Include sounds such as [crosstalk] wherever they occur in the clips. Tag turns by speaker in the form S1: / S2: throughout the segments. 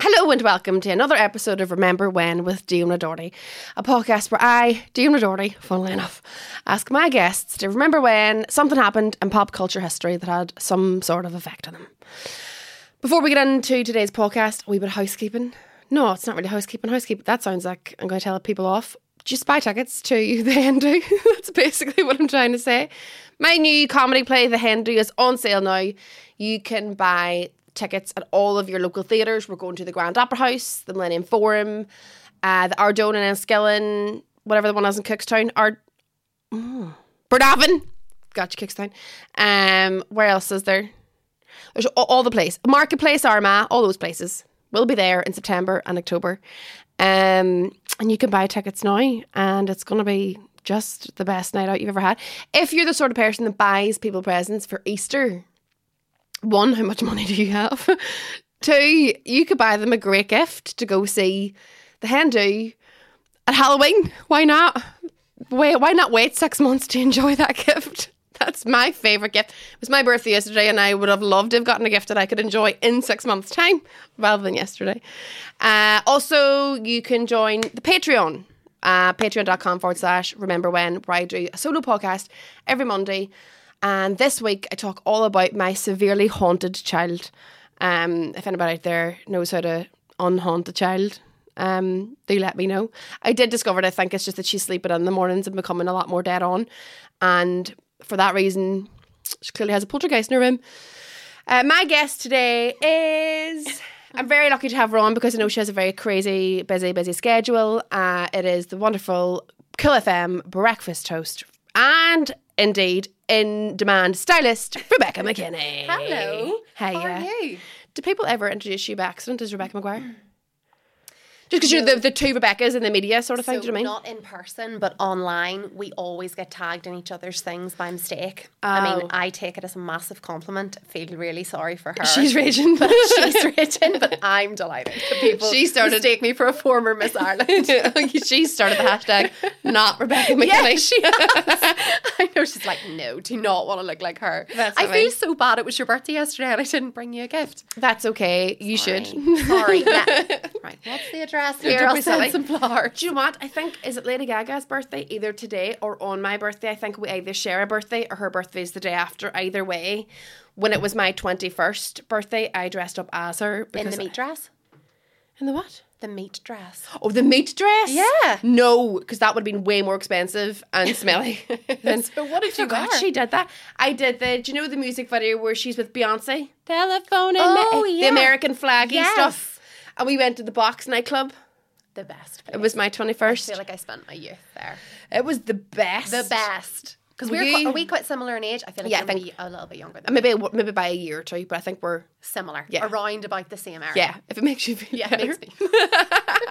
S1: Hello and welcome to another episode of Remember When with Diona Doherty, a podcast where I, Diona Doherty, funnily enough, ask my guests to remember when something happened in pop culture history that had some sort of effect on them. Before we get into today's podcast, a wee bit of housekeeping. No, it's not really housekeeping. Housekeeping, that sounds like I'm going to tell people off. Just buy tickets to [laughs] The Hindu. That's basically what I'm trying to say. My new comedy play, The Hindu, is on sale now. You can buy tickets at all of your local theatres. We're going to the Grand Opera House, the Millennium Forum, uh, the Ardone and Enniskillen, whatever the one is in Cookstown. Ard- Mm. Bernavin. Gotcha, Cookstown. Um, where else is there? There's all, all the place. Marketplace, Armagh, all those places. We'll be there in September and October. Um, and you can buy tickets now, and it's going to be just the best night out you've ever had. If you're the sort of person that buys people presents for Easter, one, how much money do you have? [laughs] Two, you could buy them a great gift to go see the Hindu at Halloween. Why not? Wait, why not wait six months to enjoy that [laughs] gift? That's my favourite gift. It was my birthday yesterday, and I would have loved to have gotten a gift that I could enjoy in six months' time rather than yesterday. Uh, also, you can join the Patreon, uh, patreon.com forward slash remember when, where I do a solo podcast every Monday. And this week, I talk all about my severely haunted child. Um, if anybody out there knows how to unhaunt a child, um, do let me know. I did discover it. I think it's just that she's sleeping in the mornings and becoming a lot more dead on. And for that reason, she clearly has a poltergeist in her room. Uh, my guest today is. I'm very lucky to have her on because I know she has a very crazy, busy, busy schedule. Uh, it is the wonderful Cool FM breakfast host and indeed in demand stylist Rebecca McKinney.
S2: Hello.
S1: Hey.
S2: How are you?
S1: Did people ever introduce you by accident as Rebecca McGuire? Just because you're the, the two Rebeccas in the media sort of thing, do you know what I mean?
S2: not in person, but online, we always get tagged in each other's things by mistake. I
S1: Oh.
S2: mean, I take it as a massive compliment. Feel really sorry for her.
S1: She's [laughs] raging.
S2: she's
S1: [laughs]
S2: written, [laughs] but I'm delighted. that People
S1: She started-
S2: mistake me for a former
S1: [laughs]
S2: Miss Ireland. [laughs]
S1: she started the hashtag not [laughs] Rebecca McKinney.
S2: Yeah, she has. [laughs] I know she's like, no, do not want to look like her.
S1: That's
S2: I
S1: what I mean.
S2: feel so bad. It was your birthday yesterday, and I didn't bring you a gift.
S1: That's okay. You
S2: Right.
S1: should. [laughs]
S2: Sorry. Yeah. Right. What's the address here?
S1: don't
S2: I'll
S1: be silly.
S2: send some flowers.
S1: [laughs] Do you know what? I think is it Lady Gaga's birthday either today or on my birthday. I think we either share a birthday or her birthday is the day after. Either way, when it was my twenty first birthday, I dressed up as her
S2: In
S1: because
S2: the meat dress.
S1: in the what?
S2: The meat dress.
S1: Oh, the meat dress.
S2: Yeah.
S1: No, because that would have been way more expensive and smelly.
S2: [laughs]
S1: than-
S2: So what did
S1: I
S2: you
S1: forgot
S2: wear?
S1: She did that. I did the. Do you know the music video where she's with Beyonce? Telephone and
S2: Oh,
S1: the
S2: yeah.
S1: American flaggy
S2: Yes.
S1: stuff. And we went to the Box nightclub.
S2: The best.
S1: It was my twenty
S2: I
S1: first.
S2: feel like I spent my youth there.
S1: It was the best.
S2: The best. Because
S1: Were
S2: we're quite,
S1: you-
S2: are we quite similar in age? I feel like
S1: Yeah, I
S2: you're
S1: think-
S2: maybe a little bit younger than me.
S1: Uh, Maybe maybe by a year or two, but I think we're
S2: Similar.
S1: Yeah.
S2: Around about the same area.
S1: yeah. If it makes you feel
S2: Yeah,
S1: [laughs]
S2: it
S1: better.
S2: makes me.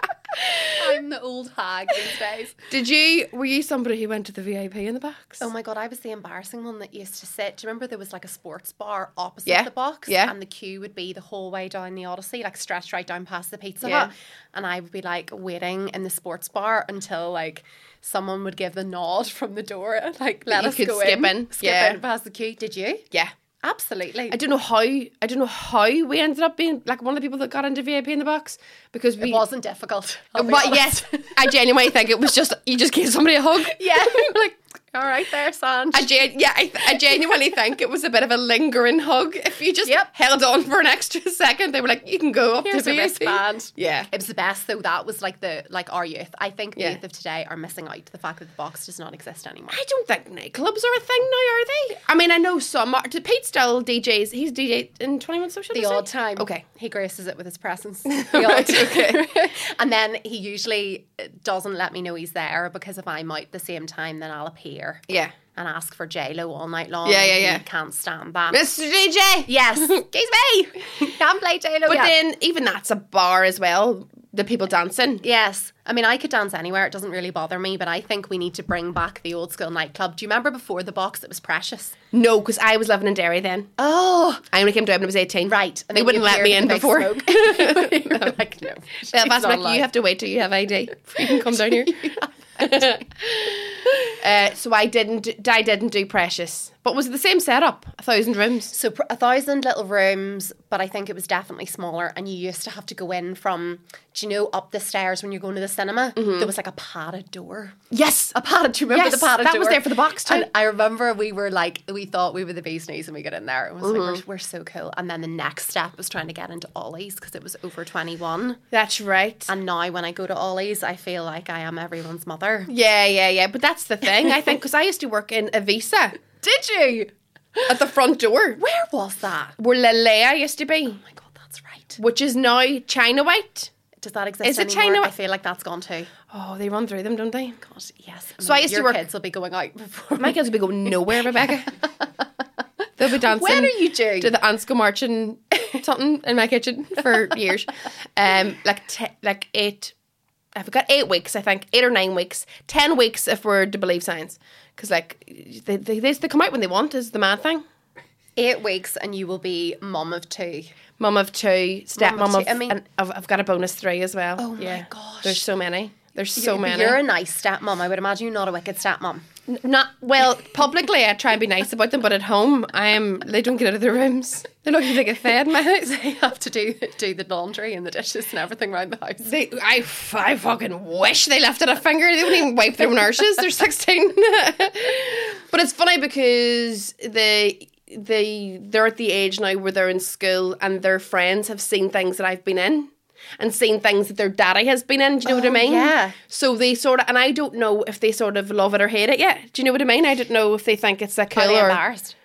S2: I'm the old hag [laughs] these days.
S1: Did you? Were you somebody who went to the VIP in the box?
S2: Oh my god, I was the embarrassing one that used to sit. Do you remember there was like a sports bar opposite
S1: Yeah,
S2: the box?
S1: yeah.
S2: And the queue would be the whole way down the Odyssey, like stretched right down past the pizza
S1: Yeah.
S2: hut. And I would be like waiting in the sports bar until like someone would give the nod [laughs] from the door, like let
S1: you
S2: us
S1: could
S2: go
S1: skip
S2: in.
S1: in,
S2: Skip
S1: yeah.
S2: in past the queue. Did you?
S1: yeah.
S2: Absolutely.
S1: I don't know how I don't know how we ended up being like one of the people that got into VIP in the box because we
S2: it wasn't difficult. I'll be
S1: But
S2: honest.
S1: yes, I genuinely think it was just you just gave somebody a hug.
S2: [laughs]
S1: [laughs]
S2: Yeah. like, [laughs] all right there, Sanj.
S1: I gen- yeah, I, th- I genuinely think it was a bit of a lingering hug. If you just
S2: Yep.
S1: held on for an extra second, they were like, "You can go up
S2: Here's
S1: to
S2: a
S1: VIP."
S2: wristband.
S1: Yeah,
S2: It was the best though. That was like the like our youth. I think the
S1: Yeah.
S2: youth of today are missing out to the fact that the box does not exist anymore.
S1: I don't think nightclubs are a thing now, are they? I mean, I know some. Are, do Pete still DJs? He's DJ in Twenty One Social.
S2: The
S1: does he?
S2: odd time.
S1: Okay.
S2: He graces it with
S1: [laughs]
S2: his presence.
S1: Right, okay.
S2: okay. [laughs] and then he usually uh, doesn't let me know he's there because if I'm out the same time, then I'll appear
S1: Yeah.
S2: and ask for Lo all night long.
S1: Yeah,
S2: and
S1: yeah,
S2: he
S1: yeah.
S2: can't stand that.
S1: Mr. DJ. [laughs]
S2: Yes. Excuse [laughs] me. Can't play J-Lo.
S1: But
S2: yet.
S1: then even that's a bar as well. The people dancing.
S2: Yes. I mean, I could dance anywhere. It doesn't really bother me, but I think we need to bring back the old school nightclub. Do you remember before the box? It was precious.
S1: No, because I was living in Derry then.
S2: Oh,
S1: I only came to Dublin when I was eighteen.
S2: right.
S1: they
S2: then
S1: wouldn't
S2: you
S1: let me in
S2: appeared
S1: before. [laughs]
S2: with a [laughs] big smoke. We're like, no. she's
S1: Belfast,
S2: not
S1: like, [laughs]
S2: allowed.
S1: you have to wait till you have ID. before You can come down here. Uh, so I didn't. do- I didn't do Precious, but was it the same setup? A thousand rooms.
S2: So pr- a thousand little rooms, but I think it was definitely smaller. And you used to have to go in from, do you know, up the stairs when you're going to the cinema? There was like a padded door.
S1: Yes,
S2: A padded. Do you remember
S1: Yes,
S2: the padded
S1: that
S2: door?
S1: was there for the box too.
S2: And I remember we were like, we thought we were the bee's knees, and we got in there. It was like we're,
S1: Mm-hmm.
S2: we're so cool. And then the next step was trying to get into Ollie's because it was over twenty one.
S1: that's right.
S2: And now when I go to Ollie's, I feel like I am everyone's mother.
S1: Yeah, yeah, yeah. But that's the thing I think because I used to work in a visa. Did you? At the front door
S2: Where was that? Oh
S1: where Lelea used to be,
S2: my god, that's right.
S1: which is now China White.
S2: Does that exist?
S1: Is it
S2: anymore?
S1: China-
S2: I feel like that's gone too.
S1: Oh, they run through them, don't they?
S2: God, yes.
S1: So I
S2: mean,
S1: used to
S2: your
S1: work-
S2: kids will be going out before.
S1: My kids will be going
S2: [laughs]
S1: nowhere, Rebecca. They'll be dancing.
S2: when are you due?
S1: to the ants go marching something in my kitchen for
S2: [laughs]
S1: years. Um, like te- like eight. I forgot eight weeks. I think eight or nine weeks, ten weeks if we're to believe science. Because like they, they they come out when they want is the mad thing.
S2: Eight weeks, and you will be mum of two.
S1: Mum of two, step
S2: Mum
S1: mum
S2: of
S1: of,
S2: two. I mean-
S1: and I've, I've got a bonus three as well. Oh
S2: my gosh.
S1: there's so many. There's so
S2: You're-
S1: many.
S2: You're a nice stepmom. I would imagine you're not a wicked stepmom.
S1: N- Not well publicly. I try and be nice about them, but at home, I am. They don't get out of their rooms. They're not going to get fed [laughs] in my house.
S2: [laughs] They have to do do the laundry and the dishes and everything around the house.
S1: They, I, f- I fucking wish they left it a finger. They wouldn't even wipe their own arses. They're sixteen. [laughs] but it's funny because they they they're at the age now where they're in school and their friends have seen things that I've been in and seen things that their daddy has been in. Do you know what I
S2: Oh,
S1: mean?
S2: yeah.
S1: So they sort of and I don't know if they sort of love it or hate it yet. Do you know what I mean? I don't know if they think it's a cool
S2: Are they
S1: or
S2: embarrassed?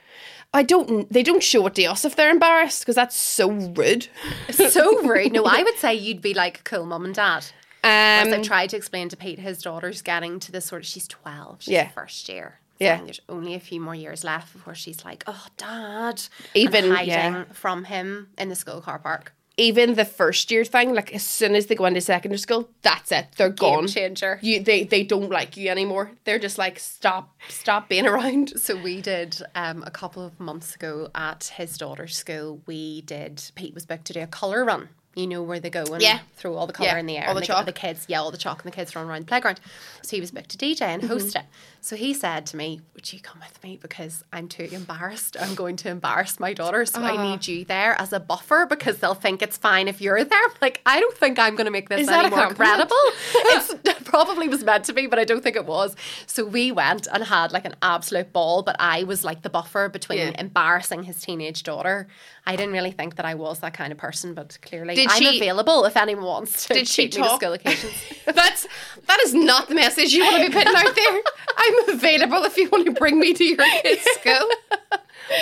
S1: I don't. They don't show it to us if they're embarrassed because that's so rude.
S2: [laughs] So rude. No, I would say you'd be like cool mum and dad.
S1: Um,
S2: As I've tried to explain to Pete, his daughter's getting to this sort of she's twelve. She's
S1: Yeah.
S2: first year.
S1: Yeah.
S2: Saying There's only a few more years left before she's like, Oh dad and
S1: Even-
S2: hiding
S1: yeah.
S2: from him in the school car park.
S1: even the first year thing, like as soon as they go into secondary school, that's it. They're gone.
S2: changer.
S1: You they they don't like you anymore. They're just like stop stop being around. [laughs]
S2: So we did um, a couple of months ago at his daughter's school. We did. Pete was booked to do a color run. You know where they go and
S1: Yeah.
S2: throw all the color
S1: Yeah,
S2: in the air.
S1: all
S2: and
S1: the
S2: they-
S1: chalk.
S2: The kids, yeah, all the chalk, and the kids run around the playground. So he was booked to DJ and
S1: Mm-hmm.
S2: host it. So he said to me, "Would you come with me because I'm too embarrassed? I'm going to embarrass my daughter, so
S1: Ah.
S2: I need you there as a buffer because they'll think it's fine if you're there." [laughs] I'm like, I don't think I'm going to make this
S1: Is that
S2: any
S1: a
S2: more
S1: compliment?
S2: credible [laughs] it's it probably was meant to be, but I don't think it was. So we went and had like an absolute ball, but I was like the buffer between
S1: Yeah.
S2: embarrassing his teenage daughter. I didn't really think that I was that kind of person, but clearly
S1: Did
S2: I'm
S1: she-
S2: available if anyone wants to
S1: Did she
S2: take me to
S1: talk?
S2: school
S1: [laughs]
S2: occasions.
S1: That's that is not the message you want to be putting out
S2: [laughs]
S1: there. I'm available if you want to bring me to your kid's school.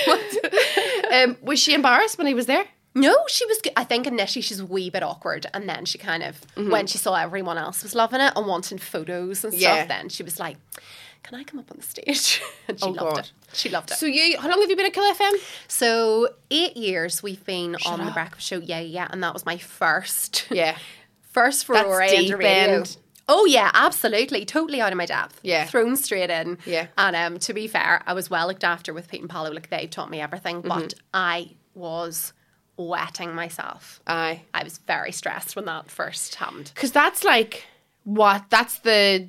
S1: What? Um, was she embarrassed when he was there?
S2: No, she was. good. I think initially she's a wee bit awkward, and then she kind of,
S1: Mm-hmm.
S2: when she saw everyone else was loving it and wanting photos and
S1: Yeah.
S2: stuff, then she was like, "Can I come up on the stage?" [laughs] and she
S1: Oh,
S2: loved
S1: God.
S2: it. She loved it.
S1: So you, how long have you been at Kill FM?
S2: So eight years we've been on the
S1: up.
S2: breakfast show, yeah, yeah, and that was my first,
S1: Yeah,
S2: [laughs] first foray
S1: deep
S2: into radio.
S1: end.
S2: Oh yeah, absolutely, totally out of my depth.
S1: Yeah.
S2: thrown straight in.
S1: Yeah.
S2: and um, to be fair, I was well looked after with Pete and Paolo. Like they taught me everything,
S1: Mm-hmm.
S2: but I was wetting myself.
S1: aye.
S2: I was very stressed when that first happened.
S1: Because that's like what that's the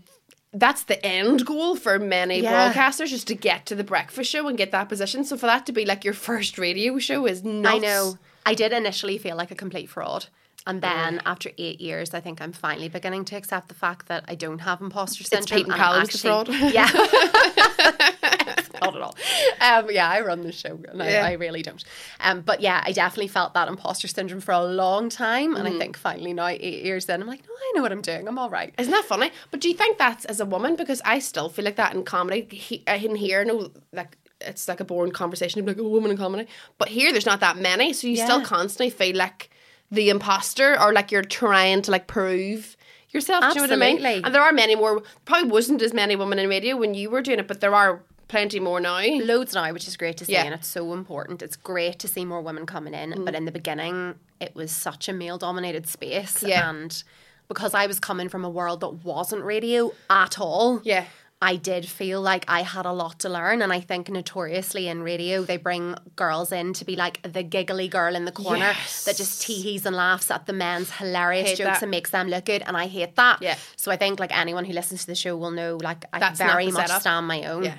S1: that's the end goal for many
S2: Yeah.
S1: broadcasters is to get to the breakfast show and get that position. So for that to be like your first radio show is nuts.
S2: I know. I did initially feel like a complete fraud. And
S1: Oh.
S2: then after eight years, I think I'm finally beginning to accept the fact that I don't have imposter syndrome.
S1: Peyton
S2: and I'm
S1: Callum's the
S2: actually-
S1: fraud. [laughs]
S2: [laughs] Yeah. Not at all. Um, yeah, I run the show and I,
S1: Yeah.
S2: I really don't. Um, but yeah, I definitely felt that imposter syndrome for a long time.
S1: Mm-hmm.
S2: And I think finally now, eight years in, I'm like, no, I know what I'm doing. I'm all right.
S1: Isn't that funny? But do you think that's as a woman? Because I still feel like that in comedy. He, I can hear no like it's like a boring conversation to be like a woman in comedy. But here there's not that many, so you still
S2: Yeah.
S1: constantly feel like the imposter or like you're trying to like prove yourself. Do you know what I mean?
S2: Absolutely.
S1: And there are many more. Probably wasn't as many women in radio when you were doing it, but there are plenty more now.
S2: loads now, which is great to see,
S1: Yeah. Mm.
S2: and it's so important. It's great to see more women coming in, but in the beginning, it was such a male dominated space,
S1: Yeah.
S2: and because I was coming from a world that wasn't radio at all,
S1: Yeah.
S2: I did feel like I had a lot to learn. And I think notoriously in radio, they bring girls in to be like the giggly girl in the corner
S1: Yes.
S2: that just teehees and laughs at the men's hilarious
S1: Hate
S2: jokes
S1: that.
S2: and makes them look good. And I hate that.
S1: Yeah.
S2: So I think like anyone who listens to the show will know like I
S1: That's not
S2: very
S1: the
S2: much
S1: setup.
S2: stand my own.
S1: Yeah.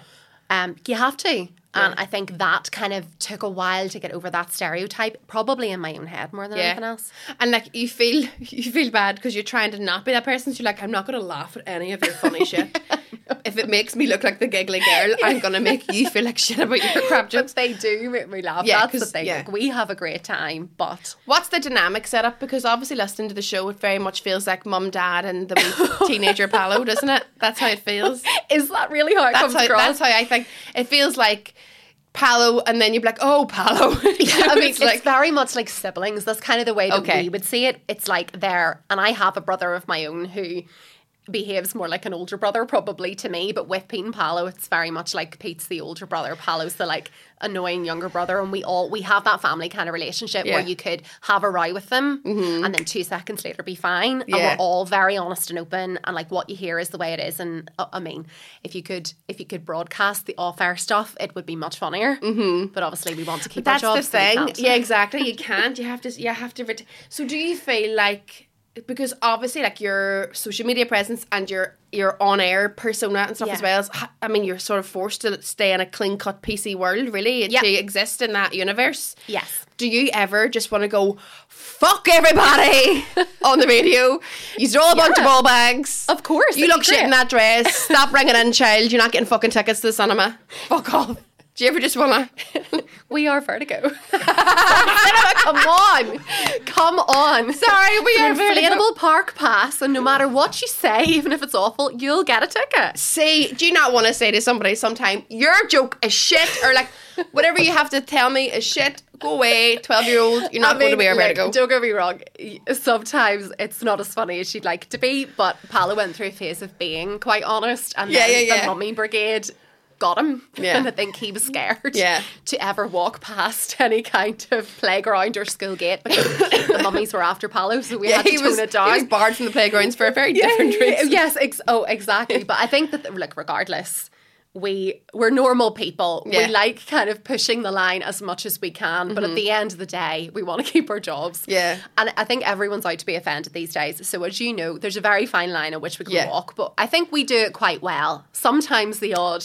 S2: Um, you have to. And I think that kind of took a while to get over that stereotype, probably in my own head more than anything else.
S1: And like you feel [laughs] you feel bad because you're trying to not be that person. So you're like, I'm not gonna laugh at any of your [laughs] funny shit. If it makes me look like the giggly [laughs] girl, I'm gonna make you feel like shit about your crap jokes.
S2: But they do make me laugh.
S1: Yeah,
S2: That's the
S1: 'cause-
S2: thing.
S1: yeah.
S2: Like, we have a great time, but
S1: [laughs] What's the dynamic set up? Because obviously, listening to the show, it very much feels like mum, dad, and the [laughs] wee teenager Palo, doesn't it? [laughs] That's how it feels.
S2: is that really how it
S1: That's
S2: comes
S1: how,
S2: across?
S1: that's how I think it feels like Palo, and then you're like, oh, [laughs] Palo. I mean,
S2: it's, it's very much like siblings. That's kind of the way that
S1: Okay.
S2: we would see it. It's like there, and I have a brother of my own who behaves more like an older brother, probably to me. But with Pete and Paolo, it's very much like Pete's the older brother, Paolo's the like annoying younger brother, and we all we have that family kind of relationship where
S1: Yeah. Mm-hmm.
S2: you could have a row with them, and then two seconds later be fine.
S1: Yeah.
S2: And we're all very honest and open, and like what you hear is the way it is. And uh, I mean, if you could if you could broadcast the off air stuff, it would be much funnier. Mm-hmm. But obviously, we want to keep
S1: that's
S2: our
S1: the
S2: jobs, so we
S1: thing.
S2: can't. [laughs]
S1: Yeah, exactly. You can't. You have to. You have to. Ret- so, do you feel like because obviously, like your social media presence and your your on air persona and stuff as
S2: Yeah.
S1: well as I mean, you're sort of forced to stay in a clean cut PC world, really,
S2: Yeah.
S1: to exist in that universe.
S2: Yes.
S1: Do you ever just want to go fuck everybody [laughs] on the radio? You're all a bunch of
S2: Yeah.
S1: ball bags.
S2: Of course,
S1: you
S2: that'd
S1: look
S2: be
S1: shit in
S2: great.
S1: that
S2: [laughs]
S1: dress. Stop ringing in, child. You're not getting fucking tickets to the cinema. Fuck off. Do you ever just
S2: [laughs]
S1: wanna?
S2: We
S1: [laughs]
S2: are vertigo.
S1: Come on.
S2: Come on.
S1: Sorry, we are
S2: It's an
S1: Vertigo.
S2: inflatable park pass, and no matter what you say, even if it's awful, you'll get a ticket.
S1: See, do you not want to say to somebody sometime, your joke is shit, or like, whatever you have to tell me is shit, go away, 12 year old, you're not
S2: I
S1: going to
S2: mean,
S1: be a
S2: like,
S1: vertigo.
S2: Don't get me wrong. y- Sometimes it's not as funny as she'd like to be, but Paolo went through a phase of being quite honest, and
S1: Yeah,
S2: then
S1: yeah,
S2: the
S1: yeah.
S2: mummy brigade got him. [laughs]
S1: Yeah.
S2: and I think he was scared
S1: Yeah.
S2: to ever walk past [laughs] any kind of playground or school gate because the mummies were after Paolo, so we
S1: yeah,
S2: had to
S1: he
S2: tone
S1: was,
S2: it down.
S1: he was barred from the playgrounds for a very different
S2: [laughs] Yeah,
S1: reason.
S2: Yes, ex- oh, exactly. But I think that, like, regardless, we we're normal people.
S1: Yeah. Mm-hmm.
S2: We like kind of pushing the line as much as we can, but at the end of the day, we want to [laughs] keep our jobs.
S1: Yeah.
S2: and I think everyone's out to be offended these days. So as you know, there's a very fine line on which we can
S1: Yeah.
S2: walk. But I think we do it quite well. Sometimes the odd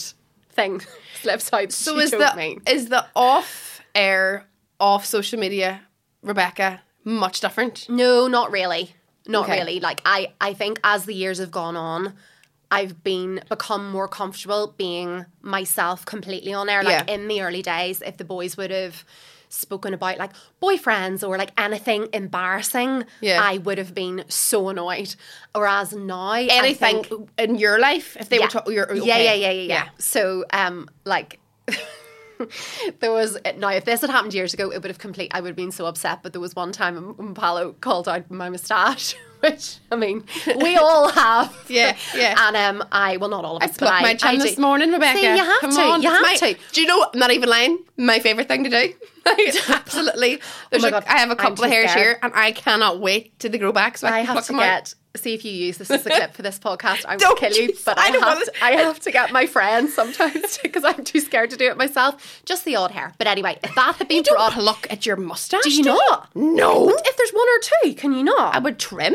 S2: thing [laughs] slips out.
S1: So is the, is the off air, off social media, Rebecca, much different?
S2: No, not really. Not
S1: Okay.
S2: really. Like I, I think as the years have gone on, I've been become more comfortable being myself completely on air. Like
S1: Yeah.
S2: in the early days, if the boys would have spoken about like boyfriends or like anything embarrassing,
S1: Yeah.
S2: I would have been so annoyed. Whereas now, I
S1: Anything
S2: think-
S1: in your life, if they were
S2: yeah.
S1: talking, you're okay.
S2: yeah, yeah, yeah, yeah, yeah. So, um, like. [laughs] there was now if this had happened years ago it would have complete I would have been so upset but there was one time when Paolo called out my moustache [laughs] which I mean
S1: [laughs]
S2: we all have
S1: Yeah, yeah.
S2: and um I well not all of us but
S1: Plucked
S2: I,
S1: my
S2: I
S1: chin
S2: do.
S1: this morning, Rebecca.
S2: See, you have
S1: Come
S2: to
S1: on,
S2: you
S1: it's
S2: have
S1: my-
S2: to
S1: Do you know? I'm not even lying. My favorite thing to do. [laughs]
S2: [laughs]
S1: Absolutely. There's
S2: Oh my
S1: like-
S2: God,
S1: I have a
S2: I'm
S1: couple of
S2: too
S1: hairs
S2: scared.
S1: here, and I cannot wait till they grow back. So I,
S2: I
S1: can
S2: have
S1: pluck
S2: to
S1: them out.
S2: get see if you use this as a clip for this podcast.
S1: [laughs]
S2: I will
S1: Don't
S2: kill you,
S1: use-
S2: but
S1: I
S2: I,
S1: don't
S2: have
S1: want
S2: to,
S1: [laughs]
S2: I have to get my friends sometimes [laughs] because I'm too scared to do it myself. Just the odd hair, but anyway, if that had been
S1: You don't
S2: brought,
S1: pluck at your mustache.
S2: do you not?
S1: No.
S2: If there's one or two, can you not?
S1: I would trim.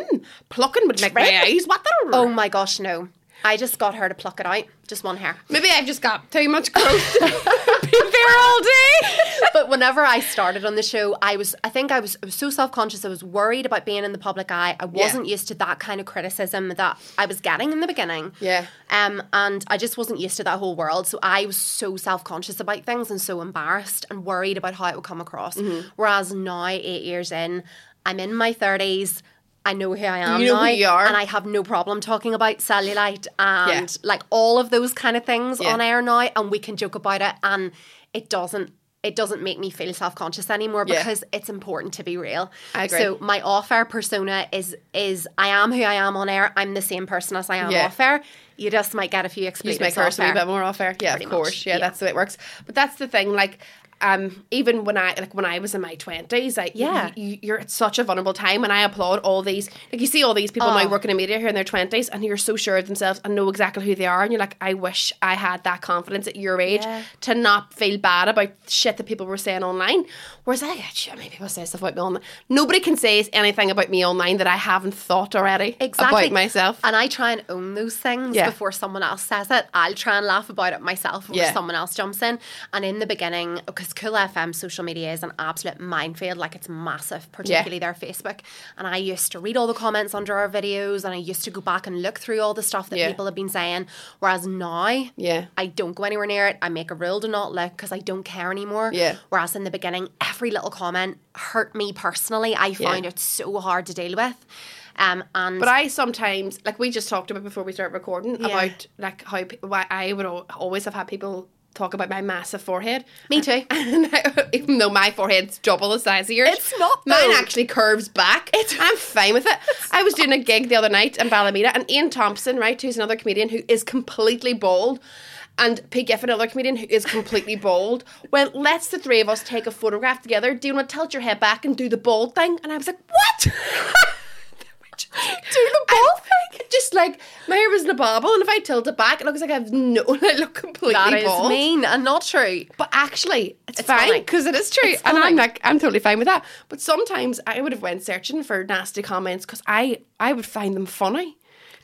S1: Plucking would make my
S2: Trim?
S1: eyes water.
S2: Oh my gosh, no! I just got her to pluck it out, just one hair.
S1: Maybe I've just got too
S2: [laughs]
S1: much growth. [laughs] Been there all day.
S2: but whenever I started on the show, I was I think I was, I was so self conscious. I was worried about being in the public eye. I wasn't used to that kind of criticism that I was getting in the beginning.
S1: Yeah.
S2: Um, and I just wasn't used to that whole world. So I was so self conscious about things and so embarrassed and worried about how it would come across.
S1: Mm-hmm.
S2: Whereas now, eight years in, I'm in my thirties. I know who I am
S1: You know
S2: now,
S1: who you are.
S2: and I have no problem talking about cellulite and
S1: Yeah.
S2: like all of those kind of things
S1: Yeah.
S2: on air now and we can joke about it and it doesn't it doesn't make me feel self-conscious anymore
S1: Yeah.
S2: because it's important to be real.
S1: I agree.
S2: So my off-air persona is is I am who I am on air. I'm the same person as I am
S1: Yeah.
S2: off-air. you just might get a few
S1: You just make
S2: expletives.
S1: hers
S2: off
S1: a wee
S2: there.
S1: bit more off air. Yeah,
S2: Pretty
S1: of
S2: much,
S1: course. Yeah,
S2: yeah.
S1: that's the way it works. But that's the thing. Like, um, even when I like when I was in my twenties, like,
S2: Yeah.
S1: you, you're at such a vulnerable time, and I applaud all these. Like, you see all these people now
S2: Oh.
S1: working in media here in their twenties, and you're so sure of themselves and know exactly who they are, and you're like, I wish I had that confidence at your age
S2: Yeah.
S1: to not feel bad about shit that people were saying online. Whereas I, get shit, I mean, people say stuff about me online. Nobody can say anything about me online that I haven't thought already
S2: Exactly.
S1: about myself.
S2: And I try and own those things
S1: Yeah.
S2: before someone else says it. I'll try and laugh about it myself before
S1: Yeah.
S2: someone else jumps in. And in the beginning, because Cool FM social media is an absolute minefield, like it's massive, particularly their Facebook. And I used to read all the comments under our videos and I used to go back and look through all the stuff that
S1: Yeah.
S2: people have been saying. Whereas now,
S1: Yeah.
S2: I don't go anywhere near it. I make a rule to not look because I don't care anymore.
S1: Yeah.
S2: Whereas in the beginning, every little comment hurt me personally. I
S1: Yeah.
S2: found it so hard to deal with. Um, and
S1: But I sometimes, like we just talked about before we started recording,
S2: Yeah.
S1: about like how pe- why I would al- always have had people talk about my massive forehead.
S2: Me too.
S1: [laughs] And I- even though my forehead's double the size of yours,
S2: It's not,
S1: Mine
S2: though.
S1: actually curves back. I'm fine with
S2: [laughs]
S1: it. I was doing a gig the other night in Ballymena, and Ian Thompson, right, who's another comedian who is completely bald. And Pete Giffen, another comedian who is completely [laughs] bald, Well, let's the three of us take a photograph together. Do you want to tilt your head back and do the bald thing? And I was like, what? do the ball thing. Just like my hair was in a bobble, and if I tilt it back, it looks like I've no, [laughs] I look completely
S2: that is
S1: bald.
S2: mean and not true.
S1: But actually, it's,
S2: It's
S1: fine
S2: funny.
S1: because it is true,
S2: It's
S1: and I'm
S2: funny.
S1: like I'm totally fine with that. But sometimes I would have went searching for nasty comments because I I would find them funny.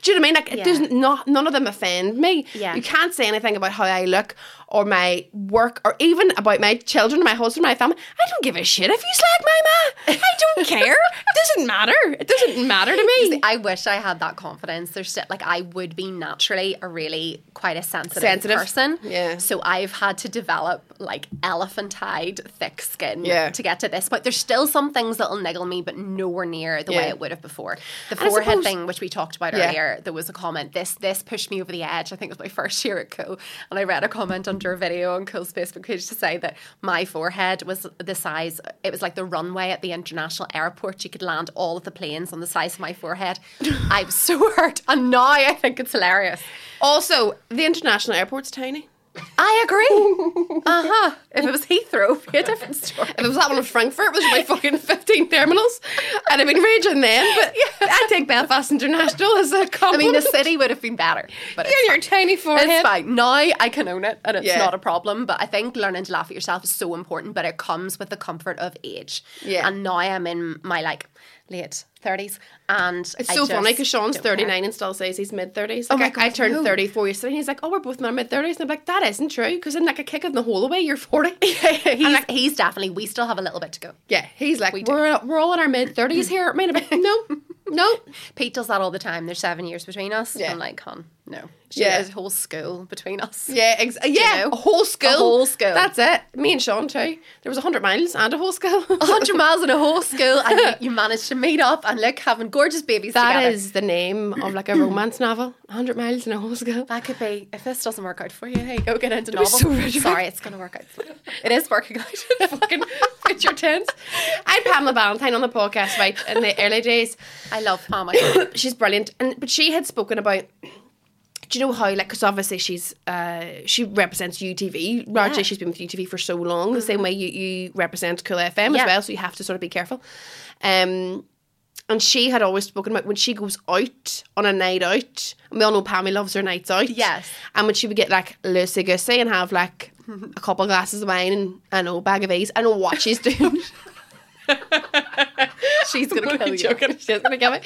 S1: Do you know what I mean? Like, it
S2: Yeah.
S1: doesn't not none of them offend me.
S2: Yeah.
S1: You can't say anything about how I look or my work or even about my children, my husband, my family. I don't give a shit if you slag my ma. I [laughs] don't care. it doesn't matter. It doesn't matter to me.
S2: See, I wish I had that confidence. There's still, like I would be naturally a really quite a sensitive,
S1: Sensitive.
S2: person.
S1: Yeah.
S2: So I've had to develop like elephant-eyed thick skin
S1: Yeah.
S2: to get to this point. There's still some things that'll niggle me, but nowhere near the
S1: Yeah.
S2: way it would have before. The
S1: I
S2: forehead
S1: suppose-
S2: thing, which we talked about
S1: Yeah.
S2: earlier, there was a comment. This this pushed me over the edge. I think it was my [laughs] first year at Co. And I read a comment under a video on Co's Facebook page to say that my forehead was the size it was like the runway at the international airport. You could land all of the planes on the size of my [laughs] forehead. I was so hurt. And now I think it's hilarious.
S1: Also, the international airport's tiny.
S2: I [laughs] agree. uh huh. If it was Heathrow, it'd be a different story.
S1: If it was that one in Frankfurt, it was my fucking 15 terminals. I'd have been raging then,
S2: [laughs]
S1: but I take Belfast International as a
S2: I
S1: compliment.
S2: mean,
S1: [laughs]
S2: [laughs] the city would have been better. But
S1: Yeah, your tiny forehead.
S2: It's fine. Now I can own it and it's
S1: Yeah.
S2: not a problem. But I think learning to laugh at yourself is so important, but it comes with the comfort of age.
S1: Yeah.
S2: And now I'm in my like late 30s and
S1: It's so funny because Sean's 39 and still says he's mid 30s. Like,
S2: my
S1: I- I,
S2: God,
S1: turned
S2: no.
S1: 34 yesterday and he's like, oh, we're both in our mid 30s. And I'm like, that isn't true because in like a kick in the hole away, you're [laughs] 40.
S2: He's,
S1: And like,
S2: he's definitely, we still have a little bit to go.
S1: yeah, he's like, we
S2: do.
S1: are we're all in our mid [laughs] 30s here. I mean, I'm like, no, no.
S2: Pete does that all the time. There's seven years between us.
S1: Yeah.
S2: I'm like, hon, no. She
S1: Yeah.
S2: has a whole school between us.
S1: Yeah, ex- yeah,
S2: know?
S1: a whole school.
S2: A whole school.
S1: That's it. Me and Sean, too. There was 100 miles and a whole school. [laughs]
S2: 100 miles in [laughs] a whole school, and you, you managed to meet up and look, having gorgeous babies
S1: That
S2: together.
S1: is the name of like a romance novel. 100 Miles in a Whole School. [laughs]
S2: That could be. If this doesn't work out for you, hey, go get into
S1: That'd be
S2: novel.
S1: so rich.
S2: Sorry, it's going to work out. For you. It is working out.
S1: [laughs] Fucking future tense. I had Pamela Valentine on the podcast, right, in the early days.
S2: I love oh Palmer.
S1: [coughs] She's brilliant. and But she had spoken about, do you know how, like, because obviously she's, uh, she represents UTV. Largely,
S2: Yeah. Mm-hmm.
S1: she's been with UTV for so long, the same way you, you represent Cool FM as
S2: Yeah.
S1: well, so you have to sort of be careful. Um, and she had always spoken about when she goes out on a night out, and we all know Pammy loves her nights out.
S2: Yes.
S1: And when she would get like loosey goosey and have like a couple glasses of wine and I know, a bag of A's, I know what she's
S2: [laughs]
S1: doing.
S2: She's going to
S1: I'm
S2: kill
S1: only
S2: you.
S1: joking. She's gonna kill me.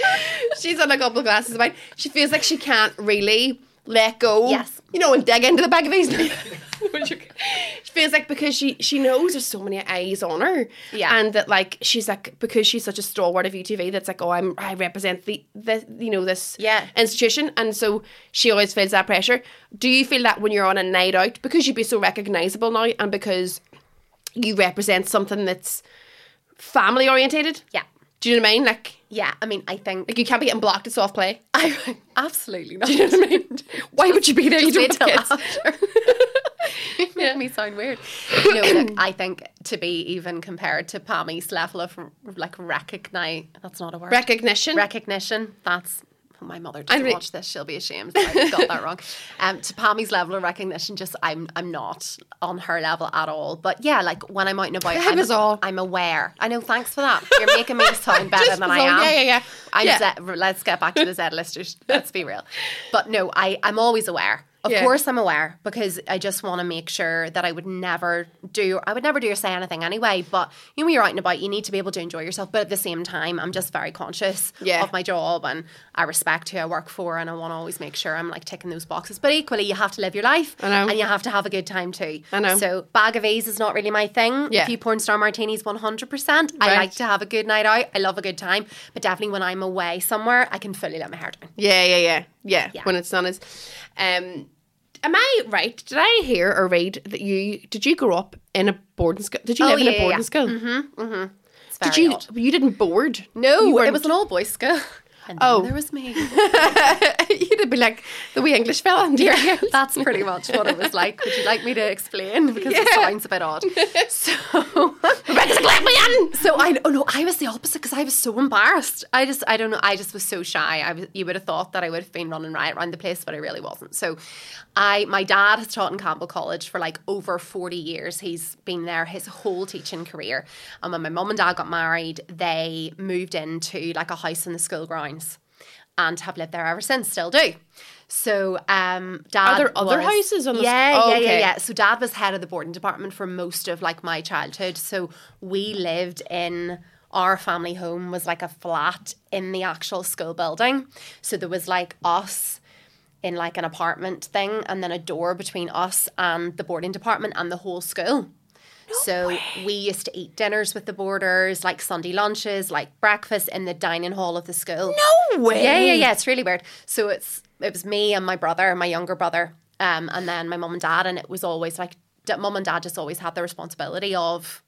S1: She's on a couple of glasses of wine. She feels like she can't really let go.
S2: Yes.
S1: You know, and dig into the bag of these. she feels like because she she knows there's so many eyes on her.
S2: Yeah.
S1: And that like she's like because she's such a stalwart of UTV that's like, oh I'm I represent the the you know, this
S2: Yeah.
S1: institution and so she always feels that pressure. Do you feel that when you're on a night out? Because you'd be so recognizable now and because you represent something that's family orientated.
S2: Yeah.
S1: Do you know what I mean? Like,
S2: Yeah, I mean, I think.
S1: like you can't be getting blocked at soft play. [laughs]
S2: I absolutely not.
S1: Do you know what I
S2: [laughs]
S1: mean? Why would you be there? You
S2: Wait
S1: don't
S2: till
S1: have kids.
S2: after. [laughs] You Make me sound weird. No, look, I think to be even compared to Pammy's level of like recognize—that's not a word.
S1: Recognition.
S2: recognition. That's oh, my mother
S1: I'd
S2: doesn't
S1: be-
S2: watch this. She'll be ashamed that I got
S1: [laughs]
S2: that wrong. Um, to Pammy's level of recognition, just I'm I'm not on her level at all. But yeah, like when I'm out and about,
S1: Same
S2: I'm,
S1: as all.
S2: I'm aware. I know. Thanks for that. You're making me sound better
S1: Just
S2: than I
S1: so-
S2: am.
S1: yeah, yeah, yeah.
S2: I'm
S1: Yeah.
S2: Zed- let's get back to the Z
S1: [laughs]
S2: listers. Let's be real. But no, I I'm always aware. Of
S1: Yeah.
S2: course, I'm aware because I just want to make sure that I would never do. I would never do or say anything anyway. But you know, when you're out and about, you need to be able to enjoy yourself. But at the same time, I'm just very conscious
S1: Yeah.
S2: of my job and I respect who I work for, and I want to always make sure I'm like ticking those boxes. But equally, you have to live your life,
S1: I know.
S2: and you have to have a good time too.
S1: I know.
S2: So bag of A's is not really my thing.
S1: Yeah.
S2: A few porn star martinis, 100%. I
S1: Right.
S2: like to have a good night out. I love a good time. But definitely when I'm away somewhere, I can fully let my hair down.
S1: Yeah, yeah, yeah, yeah.
S2: Yeah.
S1: When it's done, is um, am I right? Did I hear or read that you did you grow up in a boarding school? Did you
S2: Oh,
S1: live in
S2: yeah,
S1: a
S2: yeah,
S1: boarding
S2: yeah.
S1: school?
S2: It's
S1: Did
S2: very
S1: you?
S2: odd.
S1: You didn't board? You
S2: No, it
S1: weren't-
S2: was an all boys school. [laughs] And then
S1: Oh.
S2: there was
S1: [laughs]
S2: me. [laughs]
S1: You'd be like the wee English fella. And yeah.
S2: That's pretty much what it was like. Would you like me to explain? Because it sounds a bit odd. So
S1: Rebecca's like, let me in.
S2: So I oh no, I was the opposite because I was so embarrassed. I just I don't know. I just was so shy. I was, you would have thought that I would have been running riot around the place, but I really wasn't. So I my dad has taught in Campbell College for like over forty years. He's been there his whole teaching career. And when my mum and dad got married, they moved into like a house in the school grounds, and have lived there ever since. Still do. So um, dad.
S1: Are there other
S2: was-
S1: houses on the-
S2: Yeah,
S1: Oh,
S2: yeah, yeah,
S1: okay.
S2: yeah. So dad was head of the boarding department for most of like my childhood. So we lived in our family home was like a flat in the actual school building. So there was like us in like an apartment thing and then a door between us and the boarding department and the whole school. So we used to eat dinners with the boarders, like Sunday lunches, like breakfast in the dining hall of the school.
S1: No way.
S2: Yeah, yeah, yeah. It's really weird. So it's it was me and my brother, my younger brother, um, and then my mum and dad, and it was always like d- mum and dad just always had the responsibility of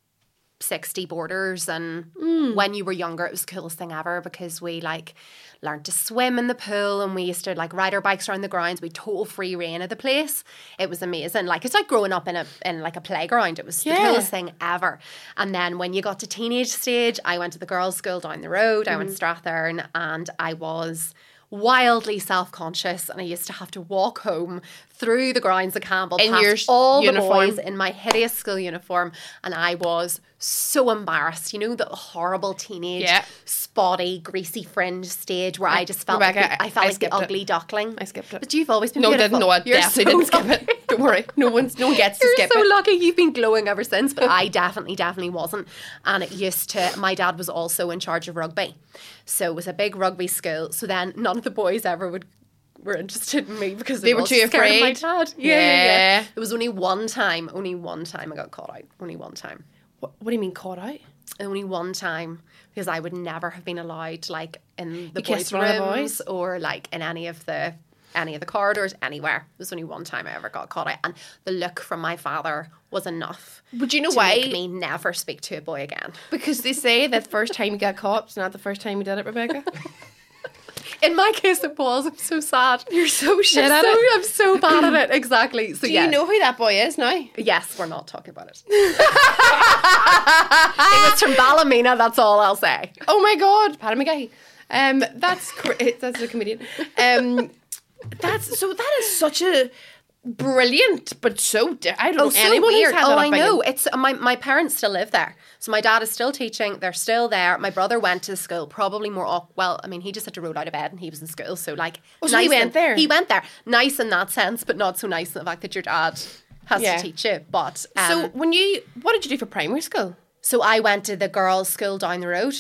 S2: sixty boarders. And
S1: Hmm.
S2: when you were younger, it was the coolest thing ever because we like learned to swim in the pool, and we used to like ride our bikes around the grounds. We total free reign of the place. It was amazing. Like it's like growing up in a in like a playground. It was the
S1: Yeah.
S2: coolest thing ever. And then when you got to teenage stage, I went to the girls' school down the road. I
S1: Mm-hmm.
S2: went to Strathern, and I was wildly self-conscious and I used to have to walk home through the grounds of Campbell
S1: In
S2: past
S1: your
S2: all
S1: uniform.
S2: the boys in my hideous school uniform and I was so embarrassed you know the horrible teenage
S1: Yeah.
S2: spotty greasy fringe stage where I just felt
S1: Rebecca,
S2: like the,
S1: I-
S2: I felt
S1: I
S2: like the
S1: skipped it.
S2: ugly duckling
S1: I skipped it.
S2: but you've always been
S1: No, I
S2: beautiful
S1: didn't. No, I
S2: You're
S1: definitely
S2: so
S1: didn't skip
S2: [laughs]
S1: it. Don't worry. No one's. No one gets to
S2: You're
S1: skip
S2: so
S1: it.
S2: lucky you've been glowing ever
S1: [laughs]
S2: since, but I definitely, definitely wasn't. And it used to, my dad was also in charge of rugby. So it was a big rugby school. So then none of the boys ever would were interested in me because they,
S1: were
S2: all
S1: too
S2: scared of my
S1: afraid.
S2: dad. Yeah, yeah, yeah.
S1: Yeah.
S2: There was only one time, only one time I got caught out. Only one time
S1: What, what do you mean caught out?
S2: only one time because I would never have been allowed like in the
S1: You kissed
S2: boys'
S1: one of the
S2: rooms or like in any of the any of the corridors anywhere. There was only one time I ever got caught out, and the look from my father was enough.
S1: Would you know
S2: to
S1: why?
S2: make me never speak to a boy again
S1: Because they say that the first time you got caught is not the first time you did it,
S2: [laughs]
S1: Rebecca.
S2: in my case it was i'm so sad
S1: [laughs] You're so shit
S2: I'm
S1: at
S2: so,
S1: it.
S2: I'm so bad
S1: [laughs]
S2: at it exactly so
S1: Do
S2: yes.
S1: you know who that boy is now?
S2: yes we're not talking about
S1: [laughs]
S2: it [laughs] it was from ballymena that's all i'll say
S1: Oh my god, Paddy McGahey. Um, that's cra- [laughs] that's a comedian. Um, that's so that is such a brilliant, but so di- I don't know anyone who's had
S2: oh,
S1: that
S2: I
S1: upbringing.
S2: know. It's my my parents still live there, so my dad is still teaching. They're still there. My brother went to school, probably more. awk- Well, I mean, he just had to roll out of bed, and he was in school. So like,
S1: Oh, so he went
S2: in-
S1: there.
S2: He went there. Nice in that sense, but not so nice in the fact that your dad has
S1: Yeah.
S2: to teach you. But um,
S1: So when you, what did you do for primary school?
S2: so I went to the girls' school down the road,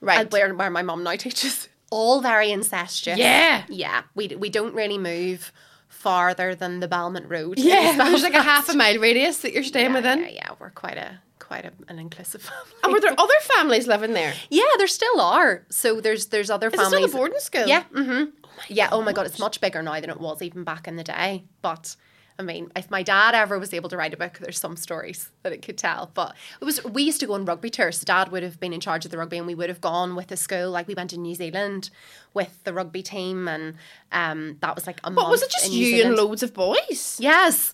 S1: Right.
S2: and where where my mum now teaches. All very incestuous.
S1: Yeah.
S2: yeah. We we don't really move farther than the Balmont Road.
S1: Yeah, [laughs] there's like a
S2: [laughs]
S1: half a mile radius that you're staying
S2: yeah,
S1: within.
S2: Yeah, yeah, we're quite a quite a, an inclusive [laughs] family.
S1: And were there other families living there?
S2: yeah, there still are. So there's there's other
S1: Is it
S2: families.
S1: still a boarding school?
S2: Yeah. Mm-hmm. yeah. Oh my god, it's much bigger now than it was even back in the day. But I mean, if my dad ever was able to write a book, there's some stories that it could tell. But it was we used to go on rugby tours. So dad would have been in charge of the rugby, and we would have gone with the school. Like we went to New Zealand with the rugby team, and um, that was like a
S1: But was it just you and loads of boys?
S2: Yes,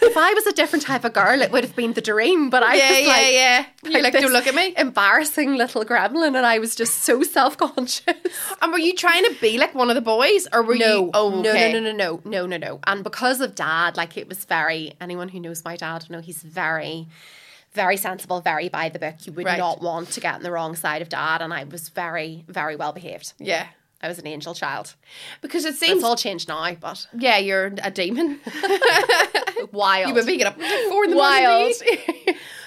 S2: if I was a different type of girl, it would have been the dream. But I
S1: Yeah,
S2: was
S1: yeah,
S2: like,
S1: yeah. You're [laughs] like,
S2: this
S1: "Don't look at me."
S2: embarrassing little gremlin, and I was just so [laughs] self conscious.
S1: And were Um, you trying to be like one of the boys, or were you?
S2: [laughs] No,
S1: Oh, okay.
S2: no, no, no, no, no, no, no. And because of dad, like it was very. Anyone who knows my dad, know he's very. Very sensible, very by the book. You would
S1: Right.
S2: not want to get on the wrong side of dad, and I was very, very well behaved.
S1: Yeah,
S2: I was an angel child.
S1: because it
S2: It's
S1: seems.
S2: all changed now, but
S1: yeah, you're a [laughs] demon.
S2: wild.
S1: you would be getting up at four in the
S2: Wild.
S1: [laughs] morning.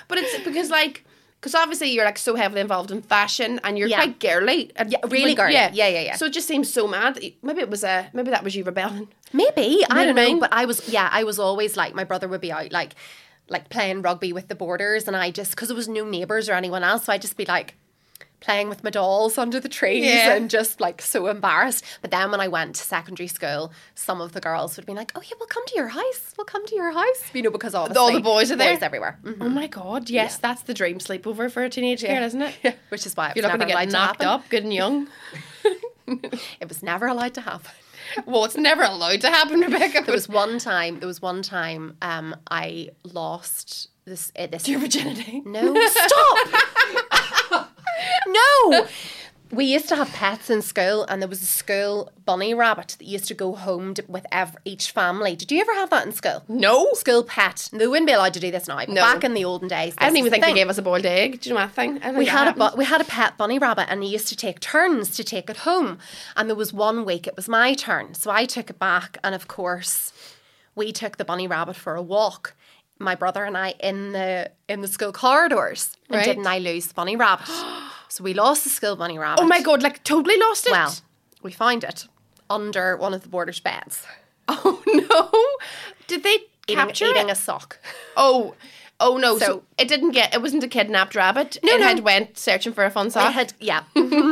S1: but it's because like. Because obviously you're like so heavily involved in fashion and you're
S2: Yeah.
S1: quite girly, Uh, yeah,
S2: really girly. Yeah, yeah, yeah.
S1: So it just seems so mad. that you- Maybe it was a maybe that was you rebelling.
S2: Maybe I don't
S1: what I
S2: know,
S1: mean?
S2: but I was yeah, I was always like my brother would be out like like playing rugby with the borders, and I just because there was no neighbours or anyone else, so I'd just be like playing with my dolls under the trees
S1: Yeah.
S2: and just like so embarrassed. But then when I went to secondary school, some of the girls would be like, "Oh yeah, we'll come to your house. We'll come to your house," you know, because obviously
S1: the boys are there.
S2: boys everywhere, Mhm.
S1: Oh my god, yes, that's the dream sleepover for a teenage girl, isn't [laughs] it?
S2: which is why it
S1: You're
S2: was
S1: not going
S2: never
S1: to
S2: allowed
S1: get
S2: to
S1: knocked
S2: happen.
S1: up, good and young.
S2: It was never allowed to happen.
S1: [laughs] well, it's never allowed to happen, Rebecca.
S2: There was one time. There was one time um, I lost this. Uh, this
S1: your virginity.
S2: No, stop! no! We used to have pets in school, and there was a school bunny rabbit that used to go home to, with ev each family. Did you ever have that in school?
S1: No.
S2: School pet. They wouldn't be allowed to do this now. But
S1: No.
S2: Back in the olden days,
S1: I don't
S2: this
S1: even
S2: was
S1: think they
S2: the thing.
S1: gave us a boiled egg. Do you know what I think?
S2: We had a bu- we had a pet bunny rabbit, and he used to take turns to take it home. And there was one week it was my turn, so I took it back, and of course, we took the bunny rabbit for a walk. My brother and I in the in the school corridors, and
S1: Right.
S2: didn't I lose the bunny rabbit? [gasps] so we lost the school bunny rabbit.
S1: Oh my god! Like totally lost it.
S2: Well, we found it under one of the boarders' beds,
S1: [laughs] Oh no! Did they
S2: eating,
S1: capture
S2: eating
S1: it?
S2: a sock. [laughs]
S1: oh, oh no! So,
S2: So-
S1: it didn't get. It wasn't a kidnapped rabbit. No, it
S2: no.
S1: had went searching for a fun
S2: I
S1: sock.
S2: had [laughs] yeah.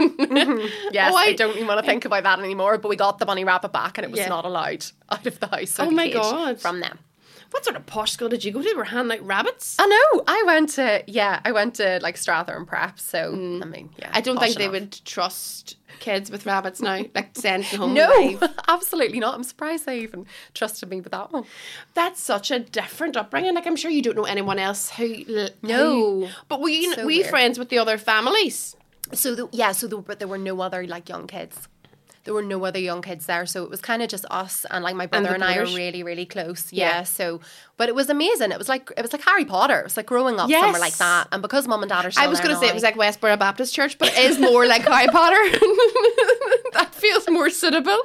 S2: Mhm. yes,
S1: Oh,
S2: I,
S1: I-
S2: don't even want to think about that anymore. But we got the bunny rabbit back, and it was
S1: Yeah.
S2: not allowed [laughs] out of the house. or
S1: Oh
S2: the
S1: my
S2: cage
S1: God.
S2: From them.
S1: what sort of posh school did you go to? They Were handing out rabbits?
S2: I know. I went to yeah. I went to like Strather and Prep. So I mean, yeah.
S1: Mm. I don't
S2: posh
S1: think they
S2: enough.
S1: would trust kids with rabbits now. Like send them home.
S2: No,
S1: alive.
S2: [laughs] absolutely not. I'm surprised they even trusted me with that one.
S1: That's such a different upbringing. Like I'm sure you don't know anyone else who. l-
S2: No.
S1: who- but were you
S2: So
S1: were you
S2: weird.
S1: friends with the other families?
S2: So the, yeah, so the, but there were no other like young kids. There were no other young kids there, so it was kind of just us and like my brother
S1: the
S2: and, I are
S1: brothers.
S2: really, really close.
S1: Yeah.
S2: Yeah. So, but it was amazing. It was like it was like Harry Potter. It was like growing up somewhere like
S1: Yes.
S2: that. And because mum and dad are, still
S1: I was
S2: going to
S1: say it was like Westboro Baptist Church, but it is more like Harry Potter. [laughs] that feels more suitable.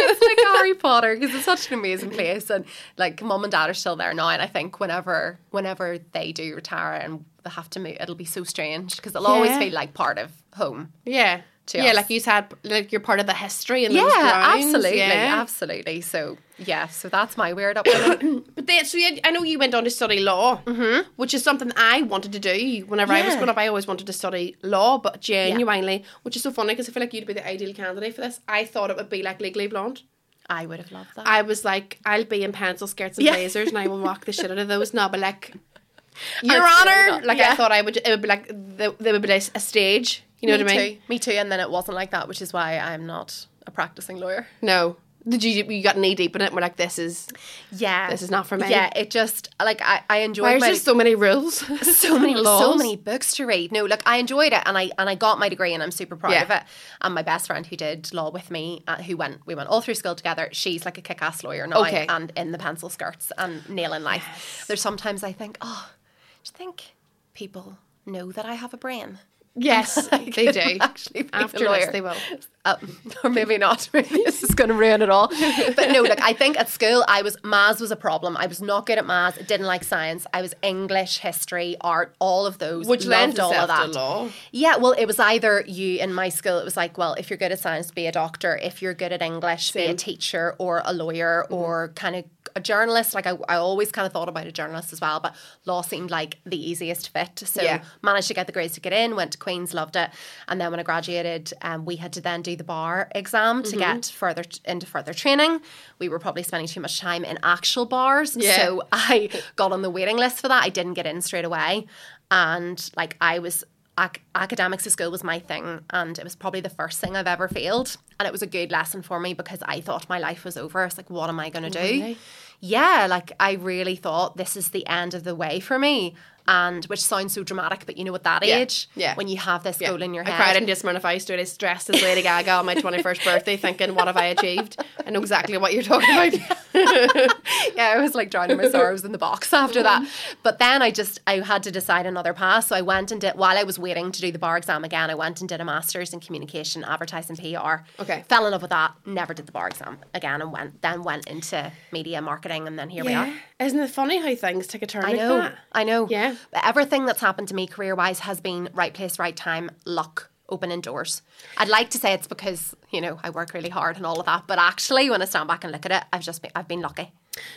S2: it's [laughs] like Harry Potter because it's such an amazing place, and like mum and dad are still there now. And I think whenever whenever they do retire and they have to move, it'll be so strange because it'll always
S1: Yeah.
S2: feel like part of home.
S1: Yeah.
S2: To
S1: Yeah,
S2: us.
S1: like you had, like you're part of the history and
S2: Yeah,
S1: those grounds,
S2: absolutely,
S1: yeah.
S2: absolutely. So yeah, so that's my weird upbringing. [coughs]
S1: But then, so you, I know you went on to study law, mm-hmm. which is something I wanted to do whenever I was
S2: Yeah.
S1: growing up. I always wanted to study law, but genuinely, which is so funny because I feel like you'd be the ideal candidate for this. I thought it would be like Legally Blonde.
S2: I would have loved that.
S1: I was like, I'll be in pencil skirts and
S2: Yeah.
S1: blazers, and I will walk the shit out of those. No, but
S2: [laughs]
S1: like, Your
S2: it's really
S1: Honor,
S2: not-
S1: like I
S2: yeah.
S1: thought I would. It would be like there there would be like a stage. You know
S2: me
S1: what I mean?
S2: Too. Me too. And then it wasn't like that, which is why I'm not a practicing lawyer.
S1: No, did you? You got knee deep in it. and We're like, this is.
S2: Yeah,
S1: This is not for me.
S2: Yeah, it just like I I enjoyed
S1: Why is
S2: my
S1: there so many rules?
S2: [laughs]
S1: [laughs]
S2: so many so [laughs] many books to read. No, look, I enjoyed it, and I and I got my degree, and I'm super proud
S1: Yeah.
S2: of it. And my best friend who did law with me, uh, who went we went all through school together. She's like a kick-ass lawyer now,
S1: Okay.
S2: and in the pencil skirts and nailing life. There's sometimes I think, oh, do you think people know that I have a brain? [laughs]
S1: Yes, they do.
S2: Actually, being a
S1: After this,
S2: lawyer.
S1: they will.
S2: Um, [laughs] or maybe not. [laughs] Maybe this is going to ruin it all. But no, look, I think at school I was maths was a problem. I was not good at maths. I didn't like science. I was English, history, art, all of those.
S1: Which lends
S2: loved all of
S1: itself to
S2: that.
S1: law.
S2: Yeah, well, it was either you in my school. It was like, well, if you're good at science, be a doctor. If you're good at English, be a teacher or a lawyer
S1: Mm-hmm.
S2: or kind of a journalist. Like I, I always kind of thought about a journalist as well, but law seemed like the easiest fit. So
S1: Yeah.
S2: managed to get the grades to get in. Went to Queens, loved it, and then when I graduated, um, we had to then do the bar exam
S1: Mm-hmm.
S2: to get further t- into further training. We were probably spending too much time in actual bars,
S1: Yeah.
S2: so [laughs] I got on the waiting list for that. I didn't get in straight away. And like I was ac- academics at school was my thing and it was probably the first thing I've ever failed and it was a good lesson for me because I thought my life was over. It's like what am I going to do?
S1: Oh, Really?
S2: yeah, like I really thought this is the end of the way for me. And which sounds so dramatic, but you know, at that
S1: Yeah,
S2: age,
S1: yeah.
S2: when you have this goal in your
S1: I
S2: head,
S1: cried in Dismount stood as dressed as Lady Gaga on my
S2: [laughs]
S1: 21st birthday, thinking, what have I achieved? I know exactly what you're talking about.
S2: [laughs] yeah, I was like drowning my sorrows in
S1: [laughs]
S2: the box after that.
S1: Mm-hmm.
S2: But then I just I had to decide another path. So I went and did while I was waiting to do the bar exam again, I went and did a master's in communication, advertising, PR.
S1: Okay.
S2: Fell in love with that, never did the bar exam again and went then went into media marketing and then here we are.
S1: Isn't it funny how things take a turn
S2: I
S1: like
S2: know.
S1: that?
S2: I know.
S1: Yeah.
S2: But everything that's happened to me career wise has been right place, right time, luck, opening doors. I'd like to say it's because, you know, I work really hard and all of that, but actually when I stand back and look at it, I've just been I've been lucky.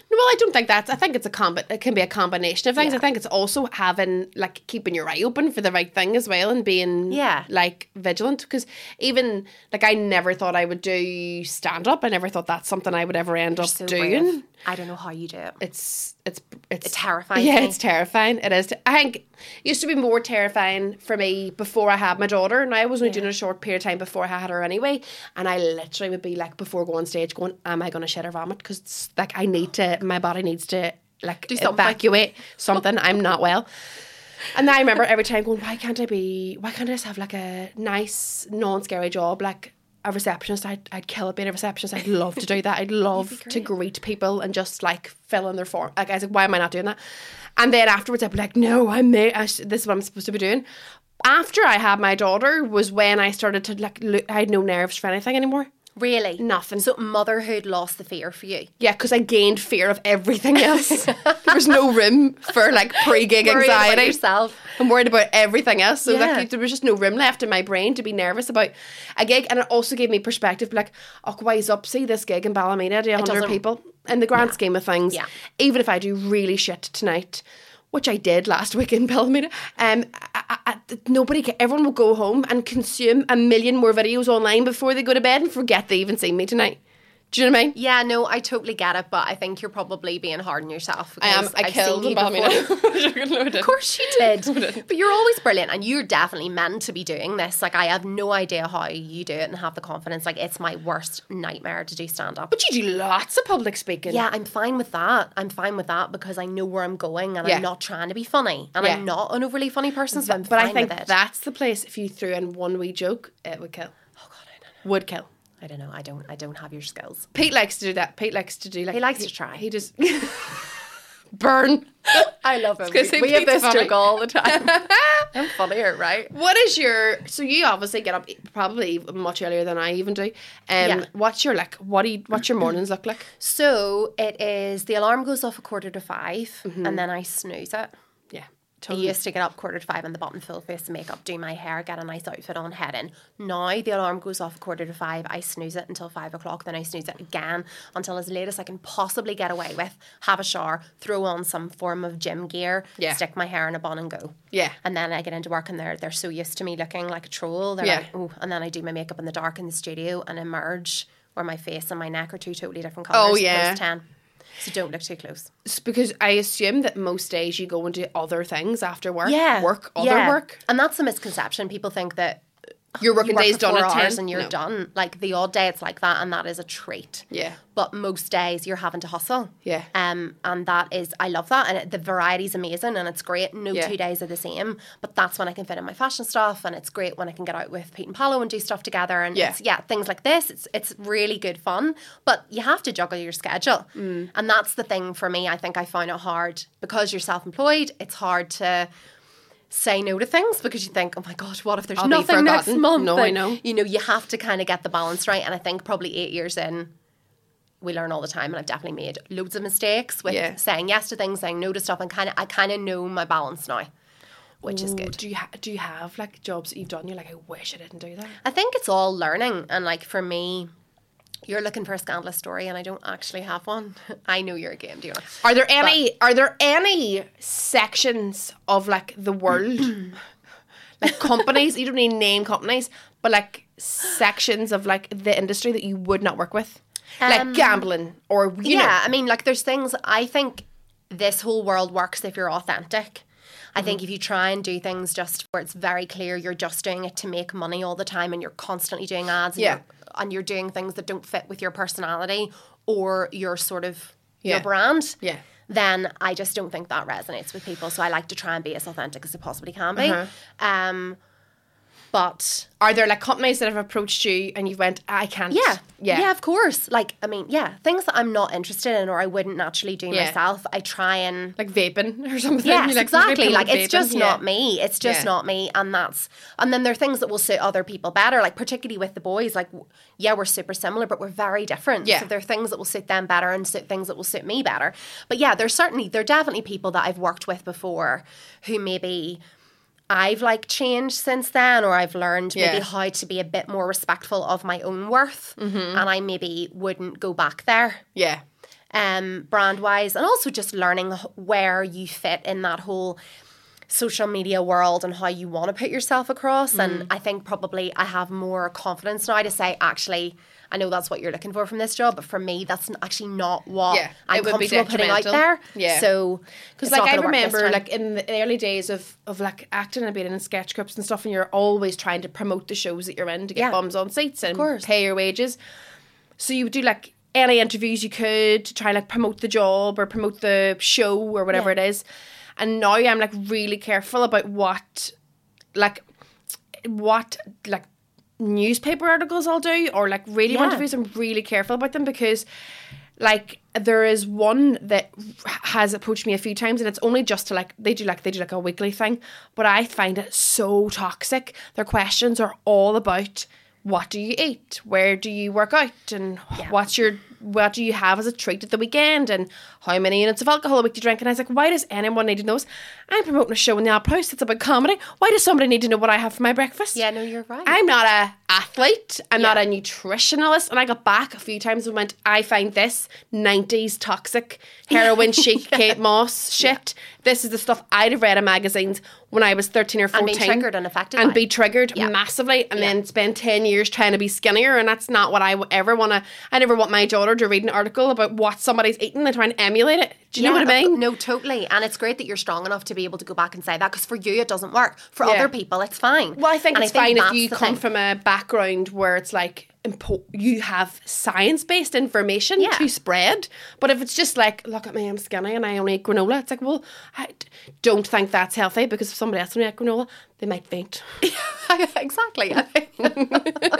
S1: No, well, I don't think that's. I think it's a combi- It can be a combination of things.
S2: Yeah.
S1: I think it's also having like keeping your eye open for the right thing as well, and being
S2: Yeah.
S1: like vigilant. Because even like I never thought I would do stand up. I never thought that's something I would ever end up
S2: so
S1: doing.
S2: brave. I don't know how you do it.
S1: It's it's it's
S2: terrifies
S1: Yeah,
S2: me.
S1: it's terrifying. It is. Te- I think it used to be more terrifying for me before I had my daughter. Now I was only doing it a short period of time before I had her anyway, and I literally would be like before going on stage, going, "Am I going to shit or vomit?" Because like I need to, my body needs to like
S2: something.
S1: evacuate something. I'm not well. And then I remember every time going, why can't I be, why can't I just have like a nice, non scary job? Like a receptionist, I'd, I'd kill it being a receptionist. I'd love to do that. I'd love to greet people and just like fill in their form. Like, I was like, why am I not doing that? And then afterwards, I'd be like, no, I may, I sh- this is what I'm supposed to be doing. After I had my daughter, was when I started to like, look, I had no nerves for anything anymore.
S2: Really?
S1: Nothing.
S2: So motherhood lost the fear for you.
S1: Yeah, because I gained fear of everything else. there was no room for like pre gig
S2: Worried about
S1: anxiety.
S2: yourself.
S1: I'm worried about everything else. So
S2: Yeah.
S1: like, there was just no room left in my brain to be nervous about a gig. And it also gave me perspective, like, oh, wise up, see this gig in Ballymena to 100
S2: doesn't-
S1: people. In the grand scheme of things,
S2: Yeah.
S1: even if I do really shit tonight, which I did last [laughs] week in Ballymena, um, I, I, I, nobody, ca- everyone will go home and consume a million more videos online before they go to bed and forget they even seen me tonight. Do you know what I mean?
S2: Yeah, no, I totally get it, but I think you're probably being hard on yourself.
S1: I am.
S2: because
S1: Um, I
S2: I've
S1: killed
S2: seen
S1: in
S2: you
S1: Ballymena. [laughs]
S2: [laughs] before.
S1: of
S2: Of course you
S1: [laughs]
S2: did. but you're always brilliant and you're definitely meant to be doing this. Like I have no idea how you do it and have the confidence. Like it's my worst nightmare to do stand up.
S1: But you do lots of public speaking.
S2: Yeah, I'm fine with that. I'm fine with that because I know where I'm going and
S1: Yeah.
S2: I'm not trying to be funny. And
S1: Yeah.
S2: I'm not an overly funny person, so I'm
S1: But
S2: fine
S1: I think
S2: with it.
S1: that's the place if you threw in one wee joke, it would kill.
S2: oh god, I don't know.
S1: Would kill.
S2: I don't know. I don't I don't have your skills.
S1: Pete likes to do that. Pete likes to do like
S2: He likes to try.
S1: He just [laughs] burn. [laughs]
S2: I love him.
S1: We- we have this joke
S2: all [laughs] the time. I'm funnier, right?
S1: What is your? So you obviously get up probably much earlier than I even do. Um,
S2: Yeah.
S1: What's your like? What do you, What's your mornings look like?
S2: So it is the alarm goes off a quarter to 5 and then I snooze it.
S1: Yeah.
S2: I used to get up quarter to five in the bottom full face of makeup, do my hair, get a nice outfit on, head in. Now the alarm goes off quarter to five. I snooze it until five o'clock, then I snooze it again until as late as I can possibly get away with. Have a shower, throw on some form of gym gear,
S1: Yeah.
S2: stick my hair in a bun and go.
S1: Yeah.
S2: And then I get into work and they're they're so used to me looking like a troll. They're
S1: Yeah.
S2: like, oh, and then I do my makeup in the dark in the studio and emerge where my face and my neck are two totally different colours.
S1: Oh, yeah.
S2: post tan. So don't look too close.
S1: It's because I assume that most days you go and do other things after work.
S2: Yeah.
S1: Work other
S2: yeah.
S1: work.
S2: And that's a misconception. People think that
S1: Your working
S2: you work
S1: day is
S2: for
S1: done
S2: four
S1: at
S2: hours
S1: ten
S2: and you're
S1: No.
S2: done. Like the odd day, it's like that, and that is a trait.
S1: Yeah.
S2: But most days you're having to hustle.
S1: Yeah.
S2: Um, and that is I love that, and it, the variety's amazing, and it's great. No
S1: Yeah.
S2: two days are the same, but that's when I can fit in my fashion stuff, and it's great when I can get out with Pete and Paolo and do stuff together, and
S1: Yeah.
S2: it's, yeah, things like this. It's it's really good fun, but you have to juggle your schedule, mm. and that's the thing for me. I think I find it hard because you're self-employed. It's hard to say no to things because you think, oh my god, what if there's
S1: I'll be
S2: nothing next
S1: forgotten.
S2: month?
S1: No, I
S2: And,
S1: know.
S2: You know, you have to kind of get the balance right. And I think probably eight years in, we learn all the time, and I've definitely made loads of mistakes with
S1: Yeah.
S2: saying yes to things, saying no to stuff, and kind of I kind of know my balance now, which is
S1: Ooh,
S2: good.
S1: Do you ha- do you have like jobs that you've done? You're like, I wish I didn't do that.
S2: I think it's all learning, and like for me. You're looking for a scandalous story, and I don't actually have one. [laughs] I know you're a game dealer.
S1: Are there any are there any sections of like the
S2: [clears throat]
S1: world like companies, you don't need to name companies, but like sections of like the industry that you would not work with? like
S2: Um,
S1: gambling or you
S2: yeah, I mean, like there's things I think this whole world works if you're authentic. I
S1: Mm-hmm.
S2: think if you try and do things just where it's very clear you're just doing it to make money all the time and you're constantly doing ads and,
S1: Yeah.
S2: you're, and you're doing things that don't fit with your personality or your sort of
S1: Yeah.
S2: your brand,
S1: Yeah.
S2: then I just don't think that resonates with people. So I like to try and be as authentic as I possibly can be.
S1: Uh-huh.
S2: Um, but
S1: Are there like companies that have approached you and you went, I can't?
S2: yeah,
S1: Yeah.
S2: of course. Like, I mean, yeah, things that I'm not interested in or I wouldn't naturally do
S1: Yeah.
S2: myself, I try and
S1: Like vaping or [laughs] something.
S2: Yes,
S1: You, like,
S2: exactly.
S1: people
S2: Like
S1: with
S2: it's
S1: vaping,
S2: just
S1: yeah.
S2: not me. It's just
S1: Yeah.
S2: not me, and that's and then there are things that will suit other people better. Like particularly with the boys, like w- yeah, we're super similar, but we're very different.
S1: Yeah.
S2: So there are things that will suit them better, and suit things that will suit me better. But yeah, there's certainly there are definitely people that I've worked with before who maybe. I've like changed since then, or I've learned
S1: Yeah.
S2: maybe how to be a bit more respectful of my own worth,
S1: Mm-hmm.
S2: and I maybe wouldn't go back there
S1: Yeah.
S2: um, brand wise, and also just learning h- where you fit in that whole social media world and how you want to put yourself across.
S1: Mm.
S2: And I think probably I have more confidence now to say, actually, I know that's what you're looking for from this job, but for me, that's n- actually not what
S1: Yeah,
S2: I'm
S1: it would be
S2: comfortable putting out
S1: detrimental.
S2: there.
S1: Yeah.
S2: So,
S1: Because like I remember, like in the early days of of like acting and being in sketch groups and stuff, and you're always trying to promote the shows that you're in to get
S2: Yeah.
S1: bums on seats and
S2: course.
S1: pay your wages. So you would do like any interviews you could to try and like promote the job or promote the show or whatever
S2: Yeah.
S1: it is. And now I'm like really careful about what, like, what like newspaper articles I'll do or like radio
S2: Yeah.
S1: interviews. I'm really careful about them because like there is one that has approached me a few times and it's only just to like they do like they do like a weekly thing but i find it so toxic their questions are all about what do you eat where do you work out and what's your what do you have as a treat at the weekend and how many units of alcohol a week do you drink and i was like why does anyone need to know this i'm promoting a show in the Opera House that's about comedy why does somebody need to know what i have for my breakfast
S2: Yeah, no, you're right.
S1: I'm not a athlete. I'm not a nutritionalist. And I got back a few times and went, I find this 90s
S2: [laughs]
S1: toxic heroin chic Kate Moss shit. This is the stuff I'd have read in magazines when I was 13 or 14.
S2: been triggered and affected
S1: And
S2: by.
S1: be triggered
S2: Yeah.
S1: massively and then spend 10 years trying to be skinnier. And that's not what I w- ever want to. I never want my daughter to read an article about what somebody's eating and try and emulate it. Do you know what I mean?
S2: No, totally. And it's great that you're strong enough to be able to go back and say that because for you it doesn't work. For
S1: Yeah.
S2: other people, it's fine.
S1: Well, I think
S2: And
S1: it's fine if
S2: that's
S1: you
S2: the
S1: come
S2: thing.
S1: from a background where it's like impo- you have science based information
S2: Yeah.
S1: to spread. But if it's just like, look at me, I'm skinny and I only eat granola, it's like, well, I d- don't think that's healthy because if somebody else only ate granola, they might faint. [laughs]
S2: exactly. I think. [laughs]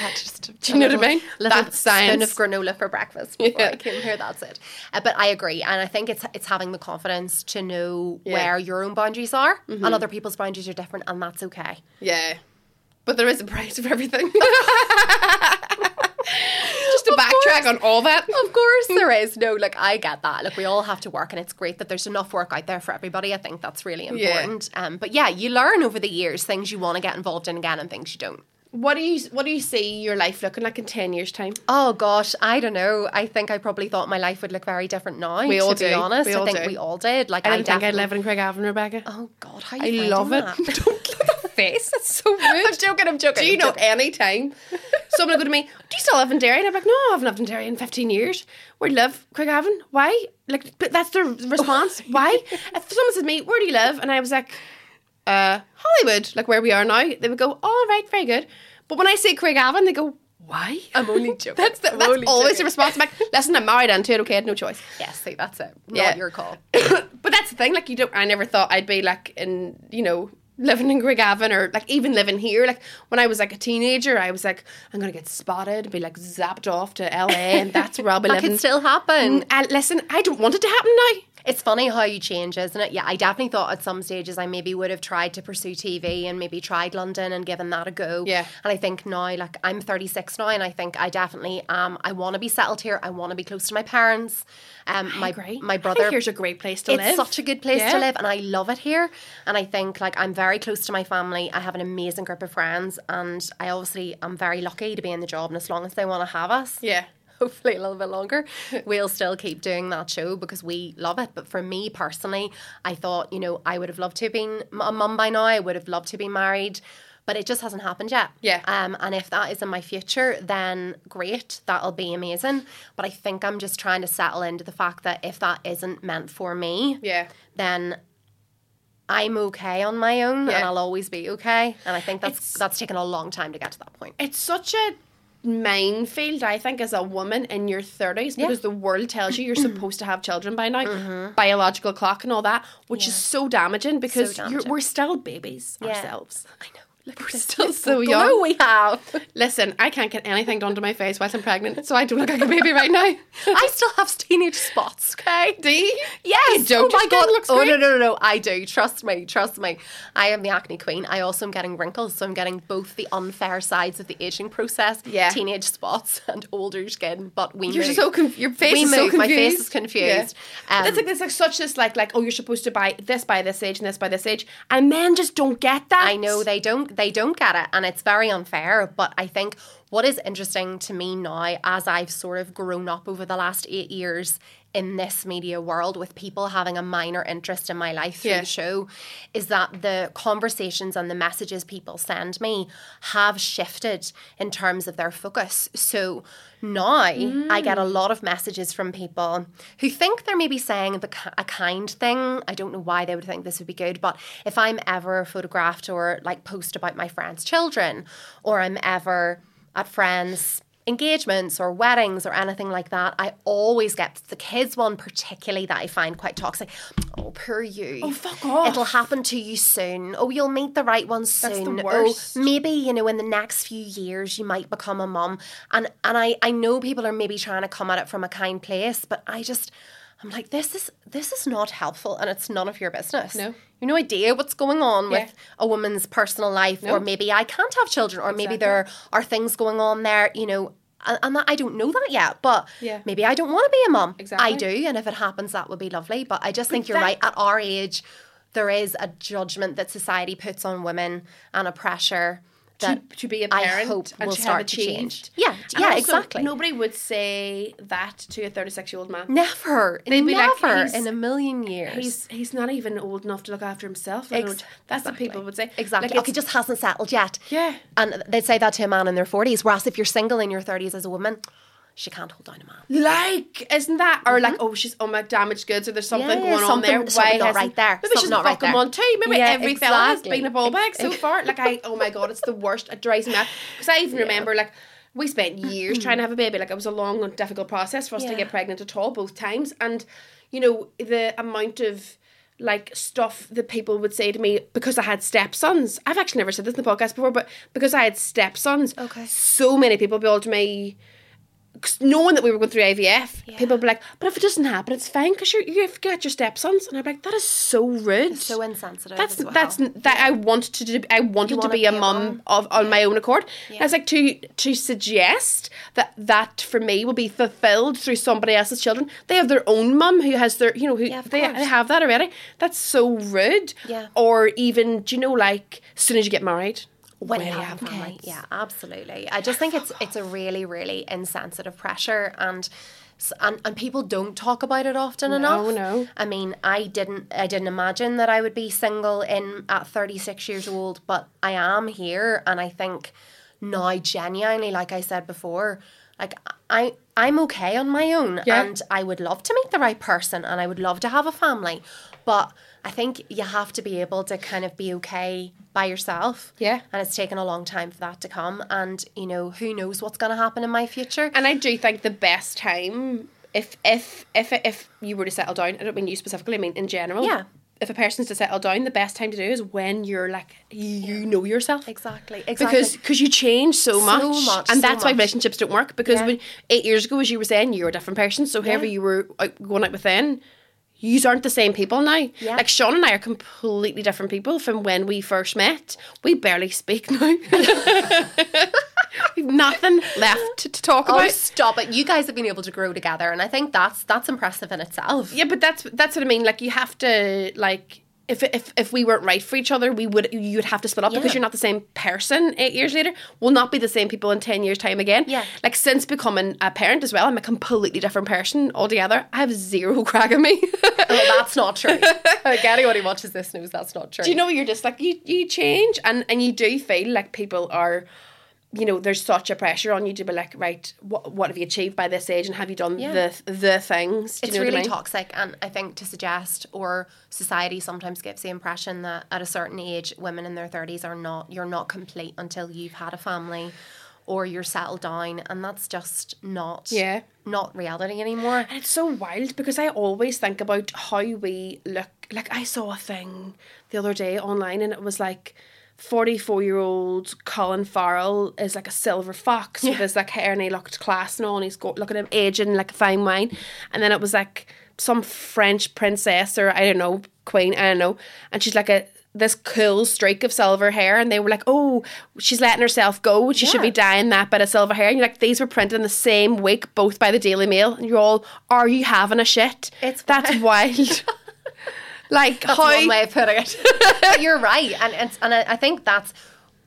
S2: That's just Do
S1: you know what I mean?
S2: Little
S1: That's
S2: spoon
S1: science.
S2: of granola for breakfast before
S1: Yeah.
S2: I came here. That's it. Uh, but I agree, and I think it's it's having the confidence to know where your own boundaries are,
S1: Mm-hmm.
S2: and other people's boundaries are different, and that's okay.
S1: yeah. But there is a price for [laughs] everything. just to backtrack on all that.
S2: Of course, there is [laughs] no like I get that. Look, we all have to work, and it's great that there's enough work out there for everybody. I think that's really
S1: Yeah.
S2: important. Um, but yeah, you learn over the years things you want to get involved in again and things you don't.
S1: What do you What do you see your life looking like in ten years' time?
S2: Oh gosh, I don't know. I think I probably thought my life would look very different now.
S1: We
S2: to
S1: all
S2: be
S1: do.
S2: honest,
S1: We
S2: I
S1: all
S2: think
S1: do.
S2: we all did. Like
S1: I
S2: I,
S1: didn't think I'd
S2: definitely-
S1: live in Craig Avenue, Rebecca.
S2: Oh God, how
S1: I
S2: you
S1: love it. Don't look at the [laughs] face. It's so [laughs] rude.
S2: I'm joking. I'm joking.
S1: Do you
S2: I'm
S1: know
S2: joking.
S1: any time someone will go to me, Do you still live in Derry? And I'm like, No, I haven't lived in Derry in 15 years. Where do you live? Craigavon? Why? Like, but that's
S2: [laughs]
S1: their response. Why? If someone said to me, Where do you live? And I was like, uh, Hollywood, like where we are now, they would go, All right, very good. But when I say Craigavon, they go, Why?
S2: I'm only joking.
S1: [laughs] That's, the,
S2: I'm
S1: that's
S2: only
S1: always the
S2: joking.
S1: response. I'm like, Listen, I'm married into it. Okay, I had no choice.
S2: Yeah, see, that's it. Not
S1: Yeah.
S2: your call.
S1: but that's the thing. Like you don't. I never thought I'd be like in you know living in Gregavin or like even living here. Like when I was like a teenager, I was like I'm gonna get spotted, be like zapped off to LA, and that's where I'll [laughs] be
S2: That
S1: living.
S2: could still
S1: And,
S2: happen.
S1: uh, listen, I don't want it to happen now.
S2: It's funny how you change, isn't it? Yeah, I definitely thought at some stages I maybe would have tried to pursue TV and maybe tried London and given that a go.
S1: Yeah.
S2: And I think now, like, I'm 36 now, and I think I definitely um I want to be settled here. I want to be close to my parents. Um, my
S1: Great.
S2: my
S1: I think
S2: brother.
S1: here's a great place to
S2: it's
S1: live.
S2: such a good place
S1: Yeah.
S2: to live, and I love it here. And I think like I'm very close to my family. I have an amazing group of friends, and I obviously am very lucky to be in the job. And as long as they want to have us, [laughs]
S1: Yeah.
S2: hopefully a little bit longer, we'll still keep doing that show because we love it. But for me personally, I thought, you know, I would have loved to have been m- a mum by now. I would have loved to be married, but it just hasn't happened yet.
S1: Yeah.
S2: Um, and if that is in my future, then great, that'll be amazing. But I think I'm just trying to settle into the fact that if that isn't meant for me,
S1: Yeah.
S2: then I'm okay on my own, and
S1: Yeah.
S2: I'll always be okay. And I think that's
S1: It's-
S2: that's taken a long time to get to that point.
S1: It's such a minefield, I think, as a woman in your 30s because the world tells
S2: [clears throat]
S1: you you're supposed to have children by now,
S2: Mm-hmm.
S1: biological clock and all that, which is so damaging because You're,
S2: damaging.
S1: we're still babies ourselves.
S2: I know. Look,
S1: We're
S2: [laughs]
S1: still so
S2: the
S1: young.
S2: blue we have. [laughs]
S1: Listen, I can't get anything done to my face whilst I'm pregnant, so I do look like a baby right
S2: [laughs]
S1: now.
S2: I still have teenage spots. Okay.
S1: Do you?
S2: Yes.
S1: You don't.
S2: Oh my
S1: Your skin
S2: god.
S1: looks
S2: oh
S1: great.
S2: no no no no. I do. Trust me. Trust me. I am the acne queen. I also am getting wrinkles, so I'm getting both the unfair sides of the aging process.
S1: Yeah.
S2: Teenage spots [laughs] and older skin. But we.
S1: You're
S2: move.
S1: so conf- your face
S2: We
S1: is so
S2: move.
S1: confused.
S2: My face is confused.
S1: Yeah.
S2: Um,
S1: it's like it's like such this like like oh you're supposed to buy this by this age and this by this age and men just don't get that.
S2: I know they don't they don't get it and it's very unfair, but I think what is interesting to me now as I've sort of grown up over the last 8 years in this media world with people having a minor interest in my life through
S1: Yeah.
S2: the show is that the conversations and the messages people send me have shifted in terms of their focus. So now I get a lot of messages from people who think they're maybe saying the, ki- a kind thing. I don't know why they would think this would be good, but if I'm ever photographed or like post about my friends' children, or I'm ever at friends' engagements or weddings or anything like that, I always get the kids one particularly that I find quite toxic. Oh, poor you. Oh,
S1: fuck off.
S2: It'll happen to you soon. Oh, you'll meet the right one soon.
S1: the worst.
S2: Oh, maybe you know in the next few years you might become a mum. And and I I know people are maybe trying to come at it from a kind place, but I just. I'm like this is this is not helpful and it's none of your business.
S1: No.
S2: You no idea what's going on
S1: Yeah.
S2: with a woman's personal life or maybe I can't have children or maybe
S1: Exactly.
S2: there are things going on there, you know, and, and that I don't know that yet, but
S1: Yeah.
S2: maybe I don't want to be a mum.
S1: Exactly.
S2: I do, and if it happens that would be lovely, but I just think you're
S1: that-
S2: right at our age there is a judgment that society puts on women and a pressure
S1: to,
S2: that
S1: to be a
S2: I
S1: parent
S2: hope
S1: and
S2: will
S1: to
S2: start
S1: have
S2: to
S1: achieved.
S2: change. Yeah,
S1: And
S2: yeah,
S1: also,
S2: exactly.
S1: Nobody would say that to a 36 year old man.
S2: never
S1: They'd be like,
S2: never
S1: "He's-
S2: in a million years.
S1: He's he's not even old enough to look after himself. let
S2: Ex-
S1: alone- that's what people would say.
S2: Exactly.
S1: Like,
S2: okay,
S1: it's-
S2: just hasn't settled yet.
S1: Yeah.
S2: And they'd say that to a man in their 40s. Whereas if you're single in your 30s as a woman, she can't hold down a man.
S1: like, isn't that? Or like, oh, she's on my damaged goods, or there's something
S2: Mm-hmm. Yeah,
S1: going on
S2: something-
S1: there.
S2: something not
S1: hasn't-
S2: right there.
S1: Maybe she's
S2: Something not right
S1: fucking
S2: there.
S1: on too. Maybe
S2: Yeah,
S1: every fella has
S2: exactly.
S1: been a ball bag so far. Like, I, oh my god, it's the worst. It drives me out. Because I even remember, like, we
S2: [clears throat]
S1: spent years trying to have a baby. Like, it was a long and difficult process for us to
S2: Yeah.
S1: get pregnant at all, both times. And, you know, the amount of. Like stuff that people would say to me because I had stepsons. I've actually never said this in the podcast before, but because I had stepsons,
S2: Okay.
S1: so many people would be all to me, knowing that we were going through IVF, people would be like, but if it doesn't happen, it's fine because you're, you've got your stepsons. And I'm like, that is so rude.
S2: So insensitive.
S1: that's
S2: as well.
S1: that's that I wanted to do, I wanted to
S2: wanna
S1: be,
S2: be
S1: a
S2: a
S1: mum
S2: mum.
S1: of on my own accord. And it's like to to suggest that that for me will be fulfilled through somebody else's children. They have their own mum who has their you know who
S2: Yeah, of
S1: they,
S2: course.
S1: they have that already. That's so rude.
S2: Yeah.
S1: Or even do you know like as soon as you get married,
S2: when
S1: where
S2: you
S1: are
S2: have
S1: having
S2: family.
S1: kids?
S2: Yeah, absolutely. I just think it's it's a really really insensitive pressure and. s- And, and people don't talk about it often enough.
S1: no.
S2: I mean, I didn't I didn't imagine that I would be single in at 36 years old, but I am here and I think now genuinely like I said before, like I I'm okay on my own
S1: Yeah.
S2: and I would love to meet the right person and I would love to have a family, but I think you have to be able to kind of be okay by yourself.
S1: Yeah.
S2: And it's taken a long time for that to come. And, you know, who knows what's going to happen in my future.
S1: And I do think the best time, if if if if you were to settle down, I don't mean you specifically, I mean in general.
S2: Yeah.
S1: If a person's to settle down, the best time to do is when you're like you know yourself.
S2: exactly. Exactly.
S1: Because cause you change so much,
S2: much,
S1: and
S2: so
S1: that's why
S2: much.
S1: relationships don't work. Because
S2: Yeah.
S1: when eight years ago, as you were saying, you were a different person. So whoever
S2: Yeah.
S1: you were out, going out with then, you aren't the same people now.
S2: Yeah.
S1: Like Sean and I are completely different people from when we first met. We barely speak now. [laughs] We've nothing left to talk
S2: Oh,
S1: [laughs] about.
S2: stop it. You guys have been able to grow together. And I think that's that's impressive in itself.
S1: Yeah, but that's that's what I mean. Like you have to like if if if we weren't right for each other, we would you'd have to split up because
S2: Yeah.
S1: you're not the same person eight years later. We'll not be the same people in ten years time again.
S2: Yeah.
S1: Like since becoming a parent as well, I'm a completely different person altogether. I have zero [laughs] crack in
S2: [laughs]
S1: me.
S2: Well, that's
S1: [laughs]
S2: not true. like anyone who watches this knows that's not true.
S1: do you know you're just like you you change and and you do feel like people are you know there's such a pressure on you to be like right what what have you achieved by this age and have you done
S2: Yeah.
S1: the the things do
S2: it's
S1: you know
S2: really
S1: what I mean?
S2: toxic and i think to suggest or society sometimes gives the impression that at a certain age women in their 30s are not you're not complete until you've had a family or you're settled down, and that's just not
S1: Yeah.
S2: not reality anymore.
S1: And it's so wild because I always think about how we look. Like, I saw a thing the other day online and it was like 44 year old Colin Farrell is like a silver fox with his like hair and he looked class and all, and he's got, look at him aging like a fine wine. And then it was like some French princess or I don't know, queen, I don't know. And she's like a, this cool streak of silver hair, and they were like, "Oh, she's letting herself go. She should be
S2: Yeah.
S1: dyeing that bit of silver hair." And you're like, "These were printed in the same week, both by the Daily Mail." And you're all, "Are you having a shit?"
S2: It's
S1: that's
S2: [laughs]
S1: wild. like
S2: That's
S1: how
S2: one way of putting
S1: [laughs]
S2: it. But you're right, and and, and I, I think that's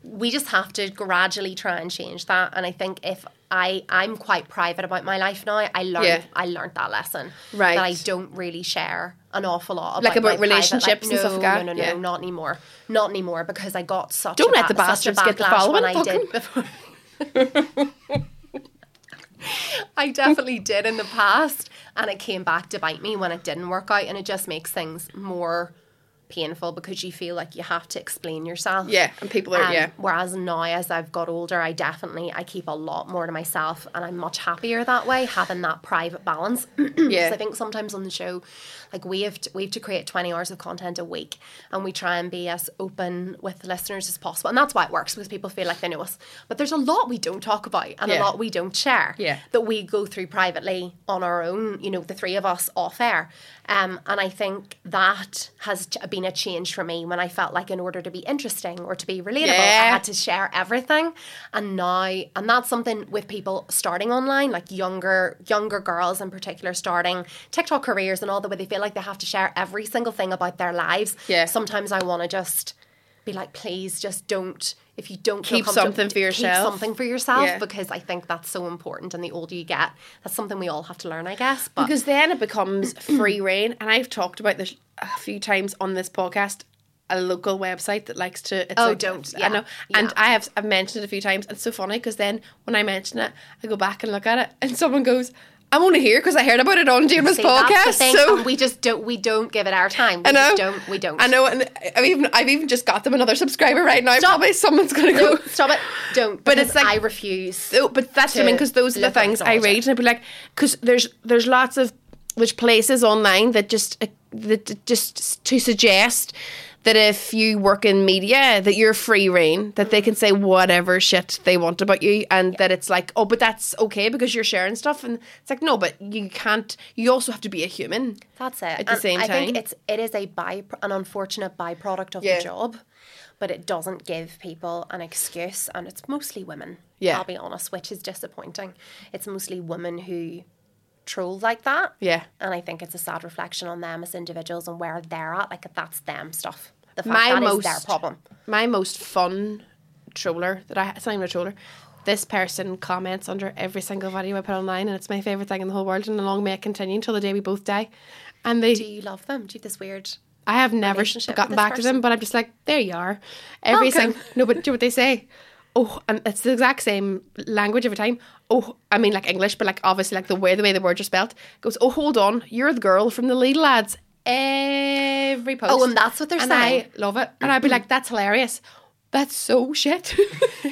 S2: we just have to gradually try and change that. And I think if I I'm quite private about my life now, I learned
S1: Yeah.
S2: I learned that lesson
S1: Right.
S2: that I don't really share an awful lot about
S1: Like about
S2: my private life.
S1: relationships and stuff like that?
S2: No, no, no,
S1: Yeah.
S2: no, not anymore, not anymore, because I got such
S1: Don't
S2: a
S1: let the
S2: ba- such a
S1: bastards get the
S2: backlash
S1: following,
S2: when I
S1: fuck
S2: did before. I definitely did in the past, and it came back to bite me when it didn't work out, and it just makes things more painful because you feel like you have to explain yourself.
S1: Yeah, and people are- yeah.
S2: Um, [clears throat] Whereas now, as I've got older, I definitely I keep a lot more to myself, and I'm much happier that way, having that private balance.
S1: Yeah.
S2: So I think sometimes on the show, like we have to, we have to create twenty hours of content a week, and we try and be as open with the listeners as possible, and that's why it works because people feel like they know us. But there's a lot we don't talk about, and
S1: Yeah.
S2: a lot we don't share
S1: Yeah.
S2: that we go through privately on our own, you know, the three of us off air. Um, and I think that has ch- been a change for me when I felt like in order to be interesting or to be relatable,
S1: Yeah.
S2: I had to share everything. And now, and that's something with people starting online, like younger younger girls in particular, starting TikTok careers and all the way they feel like they have to share every single thing about their lives.
S1: Yeah.
S2: Sometimes I want to just be like, please, just don't. If you don't
S1: Keep
S2: feel comfortable-
S1: something for
S2: keep
S1: yourself.
S2: something for yourself
S1: Yeah.
S2: because I think that's so important. And the older you get, that's something we all have to learn, I guess. But
S1: because then it becomes free [clears throat] reign. And I've talked about this a few times on this podcast. A local website that likes to. It's
S2: Oh,
S1: like-
S2: don't.
S1: I
S2: Yeah.
S1: know, and
S2: Yeah.
S1: I have I've mentioned it a few times. It's so funny because then when I mention it, I go back and look at it, and someone goes, "I'm only here because I heard about it on James'
S2: see,
S1: podcast."
S2: that's the thing,
S1: So
S2: and we just don't we don't give it our time. We
S1: I know.
S2: just don't we don't.
S1: I know, and I've even I've even just got them another subscriber right now. Probably someone's gonna go.
S2: Stop it. Don't.
S1: But
S2: But
S1: it's
S2: it's
S1: like-
S2: I refuse.
S1: Oh, but that's what I mean
S2: to
S1: because those are the
S2: look at
S1: things I
S2: acknowledge
S1: read
S2: it.
S1: and I'd be like because there's there's lots of there's places online that just uh, that just to suggest that if you work in media that you're free reign that they can say whatever shit they want about you and that it's like oh but that's okay because you're sharing stuff and it's like no but you can't you also have to be a human
S2: That's it.
S1: at the
S2: And
S1: same
S2: I
S1: time.
S2: think it's it is a by an unfortunate byproduct of
S1: Yeah.
S2: the job, but it doesn't give people an excuse, and it's mostly women.
S1: Yeah.
S2: I'll be honest, which is disappointing. It's mostly women who troll like that.
S1: Yeah.
S2: and I think it's a sad reflection on them as individuals and where they're at. Like that's them stuff. The fact
S1: My
S2: that is
S1: most-
S2: their problem.
S1: my most fun troller that I it's not even a troller. This person comments under every single video I put online, and it's my favorite thing in the whole world. And long may it continue until the day we both die. And they,
S2: Do you love them? Do you have this weird?
S1: I have never
S2: relationship
S1: gotten
S2: with this
S1: back to them,
S2: person?
S1: but I'm just like, there you are. Every
S2: Welcome.
S1: single no, but do you know what they say. Oh, and it's the exact same language every time. Oh, I mean like English, but like obviously like the way the way the words are spelt It goes. Oh, hold on, you're the girl from the Lidl ads. Every post.
S2: Oh, and that's what they're
S1: and
S2: saying.
S1: I love it, and I'd be like, that's hilarious. That's so
S2: [laughs]
S1: shit. [laughs]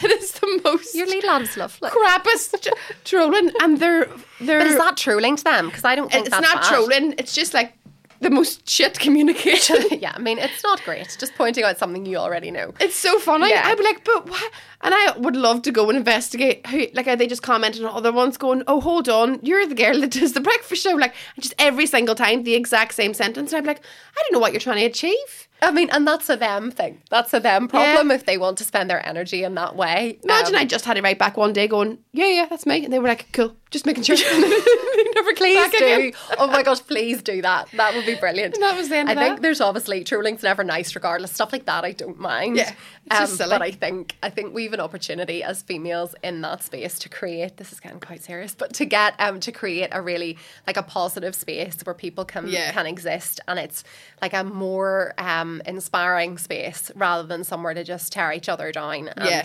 S1: it is the most
S2: Your lead lad is lovely.
S1: crappest tr- trolling, and they're they're.
S2: But is that trolling to them? Because I don't think
S1: Uh, it's
S2: that's
S1: not
S2: Oh, bad.
S1: trolling. It's just like the most shit [laughs] communication.
S2: [laughs] yeah, I mean it's not great. Just pointing out something you already know.
S1: It's so funny.
S2: Yeah.
S1: I'd be like, but why? And I would love to go and investigate. Who, like, are they just commenting on other ones going, oh, hold on, you're the girl that does the breakfast show? Like, and just every single time, the exact same sentence. And I'd be like, I don't know what you're trying to achieve.
S2: I mean, and that's a them thing. That's a them problem if they want to spend their energy in that way.
S1: Imagine
S2: Um,
S1: I [laughs] just had it right back one day going, yeah, yeah, that's me. And they were like, cool, just making
S2: [laughs]
S1: sure. [laughs] they never
S2: please
S1: back
S2: do.
S1: again.
S2: oh my gosh, please do that. That would be brilliant.
S1: And that was the end
S2: I
S1: of
S2: think
S1: that.
S2: there's obviously trolling's never nice regardless. Stuff like that I don't mind. Um,
S1: Yeah, it's just silly.
S2: But I think I think we have an opportunity as females in that space to create this is getting quite serious, but to get um to create a really like a positive space where people can
S1: Yeah.
S2: can exist and it's like a more um inspiring space rather than somewhere to just tear each other down and
S1: Yeah.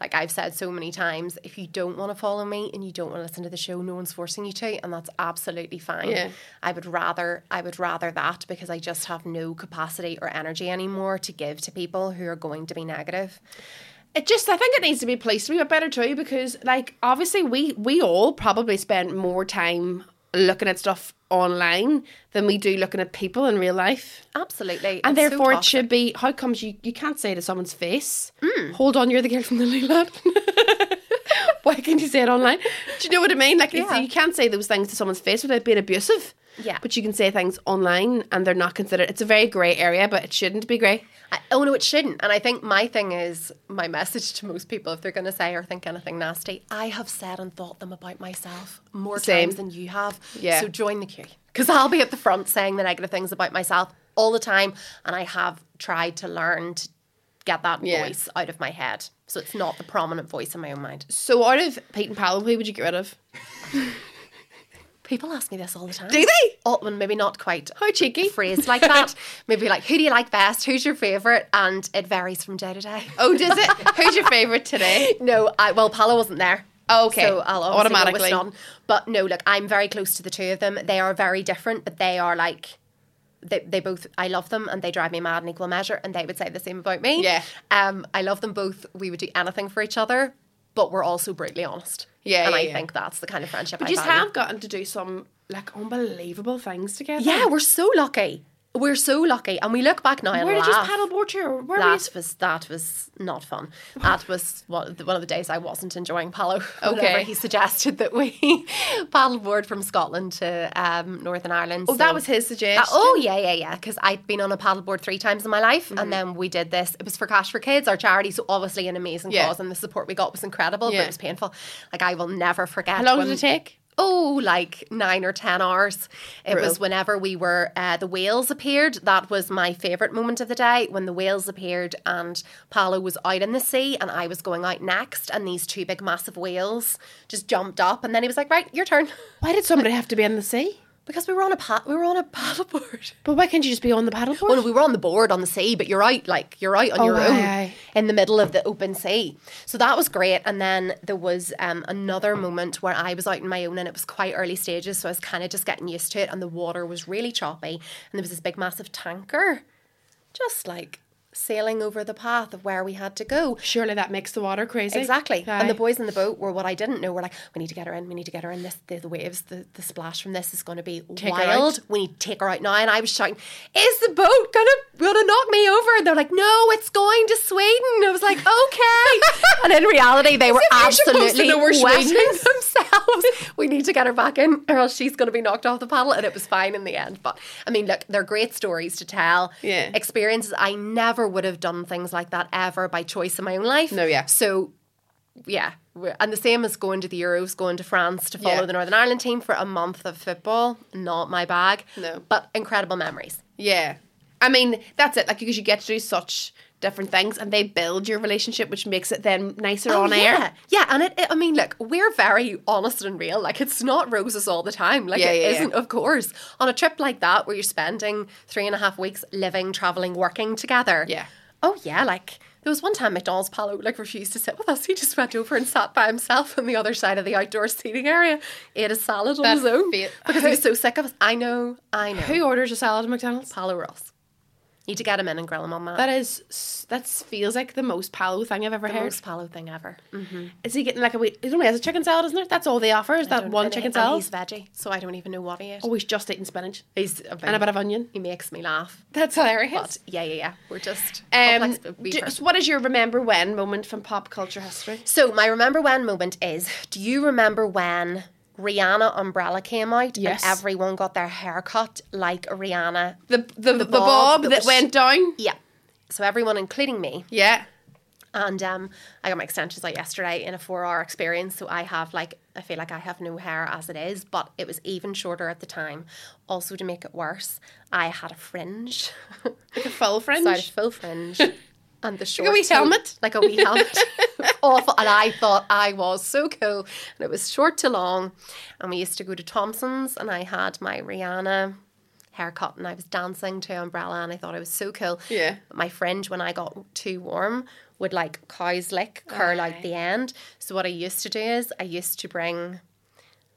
S2: like I've said so many times, if you don't want to follow me and you don't want to listen to the show, no one's forcing you to, and that's absolutely fine.
S1: Yeah.
S2: I would rather I would rather that because I just have no capacity or energy anymore to give to people who are going to be negative.
S1: It just, I think it needs to be policed a wee bit better too, because like obviously we we all probably spend more time looking at stuff online than we do looking at people in real life.
S2: Absolutely.
S1: And
S2: It's so
S1: therefore, it
S2: toxic.
S1: should be. How comes you you can't say to someone's face,
S2: Mm.
S1: "Hold on, you're the girl from the Leland." [laughs] Why can't you say it online? Do you know what I mean? Like it's-
S2: Yeah.
S1: you can't say those things to someone's face without being abusive.
S2: Yeah.
S1: But you can say things online, and they're not considered. It's a very grey area, but it shouldn't be grey.
S2: I, oh no, it shouldn't. And I think my thing is my message to most people if they're going to say or think anything nasty, I have said and thought them about myself more
S1: Same.
S2: times than you have.
S1: Yeah.
S2: So join the queue because I'll be at the front saying the negative things about myself all the time, and I have tried to learn to get that
S1: Yeah.
S2: voice out of my head, so it's not the prominent voice in my own mind.
S1: So, out of Pete and Palo, who would you get rid of?
S2: People ask me this all the time.
S1: Do they?
S2: Oh, well, maybe not quite
S1: How cheeky!
S2: phrased
S1: [laughs]
S2: like that. maybe like, who do you like best? Who's your favourite? And it varies from day to day.
S1: Oh, does it? Who's your favourite today?
S2: [laughs] No, I well, Paolo wasn't there.
S1: Oh, okay.
S2: So I'll automatically.
S1: Automatically.
S2: Go with Sinan. But no, look, I'm very close to the two of them. They are very different, but they are like. They, they both I love them and they drive me mad in equal measure and they would say the same about me.
S1: Yeah.
S2: Um I love them both. We would do anything for each other, but we're also brutally honest.
S1: Yeah,
S2: And
S1: yeah,
S2: I
S1: yeah.
S2: think that's the kind of friendship
S1: We
S2: I
S1: just
S2: value.
S1: have gotten to do some like unbelievable things together.
S2: Yeah, we're so lucky. We're so lucky. And we look back now and
S1: Where did you
S2: laugh.
S1: paddleboard to? Or Where were you
S2: That was that was not fun. That was one one of the days I wasn't enjoying [laughs] Palo. whenever
S1: Okay.
S2: he suggested that we [laughs] paddleboard from Scotland to um, Northern Ireland.
S1: Oh, that was his suggestion. Mm-hmm.
S2: oh yeah, yeah, yeah. Because I'd been on a paddleboard three times in my life, and then we did this. It was for Cash for Kids, our charity, so obviously an amazing
S1: Yeah.
S2: cause, and the support we got was incredible, but
S1: Yeah.
S2: it was painful. Like I will never forget.
S1: How long
S2: when-
S1: did it take?
S2: Oh, like nine or ten hours. It
S1: Brutal.
S2: was whenever we were uh, the whales appeared. That was my favorite moment of the day when the whales appeared and Paolo was out in the sea and I was going out next, and these two big massive whales just jumped up, and then he was like, "Right, your turn," [laughs]
S1: Why did somebody have to be in the sea?
S2: because we were on a pa- we were on a [laughs] paddleboard.
S1: But why can't you just be on the paddleboard?
S2: Well, we were on the board on the sea, but you're out, like you're out on your
S1: Oh, aye,
S2: own
S1: aye.
S2: in the middle of the open sea. So that was great. And then there was um, another moment where I was out on my own, and it was quite early stages, so I was kind of just getting used to it. And the water was really choppy, and there was this big, massive tanker, just like sailing over the path of where we had to go.
S1: Surely that makes the water crazy.
S2: Exactly.
S1: Aye.
S2: And the boys in the boat were what I didn't know. We're like, we need to get her in. We need to get her in. This the, the waves, the, the splash from this is going to be
S1: her out.
S2: wild. We need to take her out now. And I was shouting, "Is the boat gonna gonna knock me over?" And they're like, "No, it's going to Sweden." I was
S1: [laughs]
S2: like, "Okay." and in reality, they were
S1: you're supposed to
S2: absolutely
S1: know where
S2: wetting
S1: Sweden is.
S2: themselves. we need to get her back in, or else she's going to be knocked off the paddle. And it was fine in the end. But I mean, look, they're great stories to tell.
S1: Yeah.
S2: Experiences I never would have done things like that ever by choice in my own life.
S1: No, yeah.
S2: So, yeah. we're- And the same as going to the Euros, going to France to follow
S1: Yeah.
S2: the Northern Ireland team for a month of football. Not my bag.
S1: No.
S2: But incredible memories.
S1: Yeah. I mean, that's it. Like, because you get to do such different things and they build your relationship, which makes it then nicer on
S2: Oh, yeah.
S1: air.
S2: Yeah. And it, it- I mean, look, we're very honest and real. Like, it's not roses all the time. Like,
S1: Yeah,
S2: it
S1: yeah,
S2: not of course. On a trip like that, where you're spending three and a half weeks living, traveling, working together.
S1: Yeah.
S2: Oh, yeah. Like, there was one time McDonald's Palo like refused to sit with us. He just went over and sat by himself on the other side of the outdoor seating area, ate a salad on
S1: That
S2: his own
S1: fe-
S2: because he was so sick of us. I know, I know.
S1: Who orders a salad at McDonald's?
S2: Palo Ross. Need to get him in and grill him on that.
S1: That is, s- that feels like the most palo thing I've ever
S2: the
S1: heard.
S2: most Palo thing ever. Mm-hmm.
S1: Is he getting like a wee, he only has a chicken salad, isn't it? That's all they offer is that one chicken salad.
S2: He's veggie, so I don't even know what he is.
S1: Oh, he's just eating spinach
S2: He's
S1: and a bit of onion.
S2: He makes me laugh.
S1: That's hilarious.
S2: But yeah, yeah, yeah. We're just
S1: Um,
S2: complex, but we
S1: do,
S2: per-
S1: so what is your remember when moment from pop culture history?
S2: So my remember when moment is: Do you remember when Rihanna Umbrella came out
S1: Yes.
S2: and everyone got their hair cut like a Rihanna?
S1: The the, the, bob,
S2: bob
S1: that,
S2: that was-
S1: went down.
S2: Yeah. So everyone, including me,
S1: Yeah.
S2: and um, I got my extensions out yesterday in a four-hour experience. So I have like I feel like I have no hair as it is, but it was even shorter at the time. Also, to make it worse, I had a fringe. [laughs]
S1: Like a full fringe.
S2: So I had a full fringe
S1: [laughs]
S2: and the short
S1: a wee
S2: toe-
S1: helmet.
S2: like a
S1: [laughs]
S2: wee helmet. Awful, and I thought I was so cool, and it was short to long, and we used to go to Thompson's, and I had my Rihanna haircut, and I was dancing to Umbrella, and I thought I was so cool.
S1: Yeah.
S2: my fringe when I got too warm would like cow's lick curl
S1: Aye.
S2: out the end. So what I used to do is I used to bring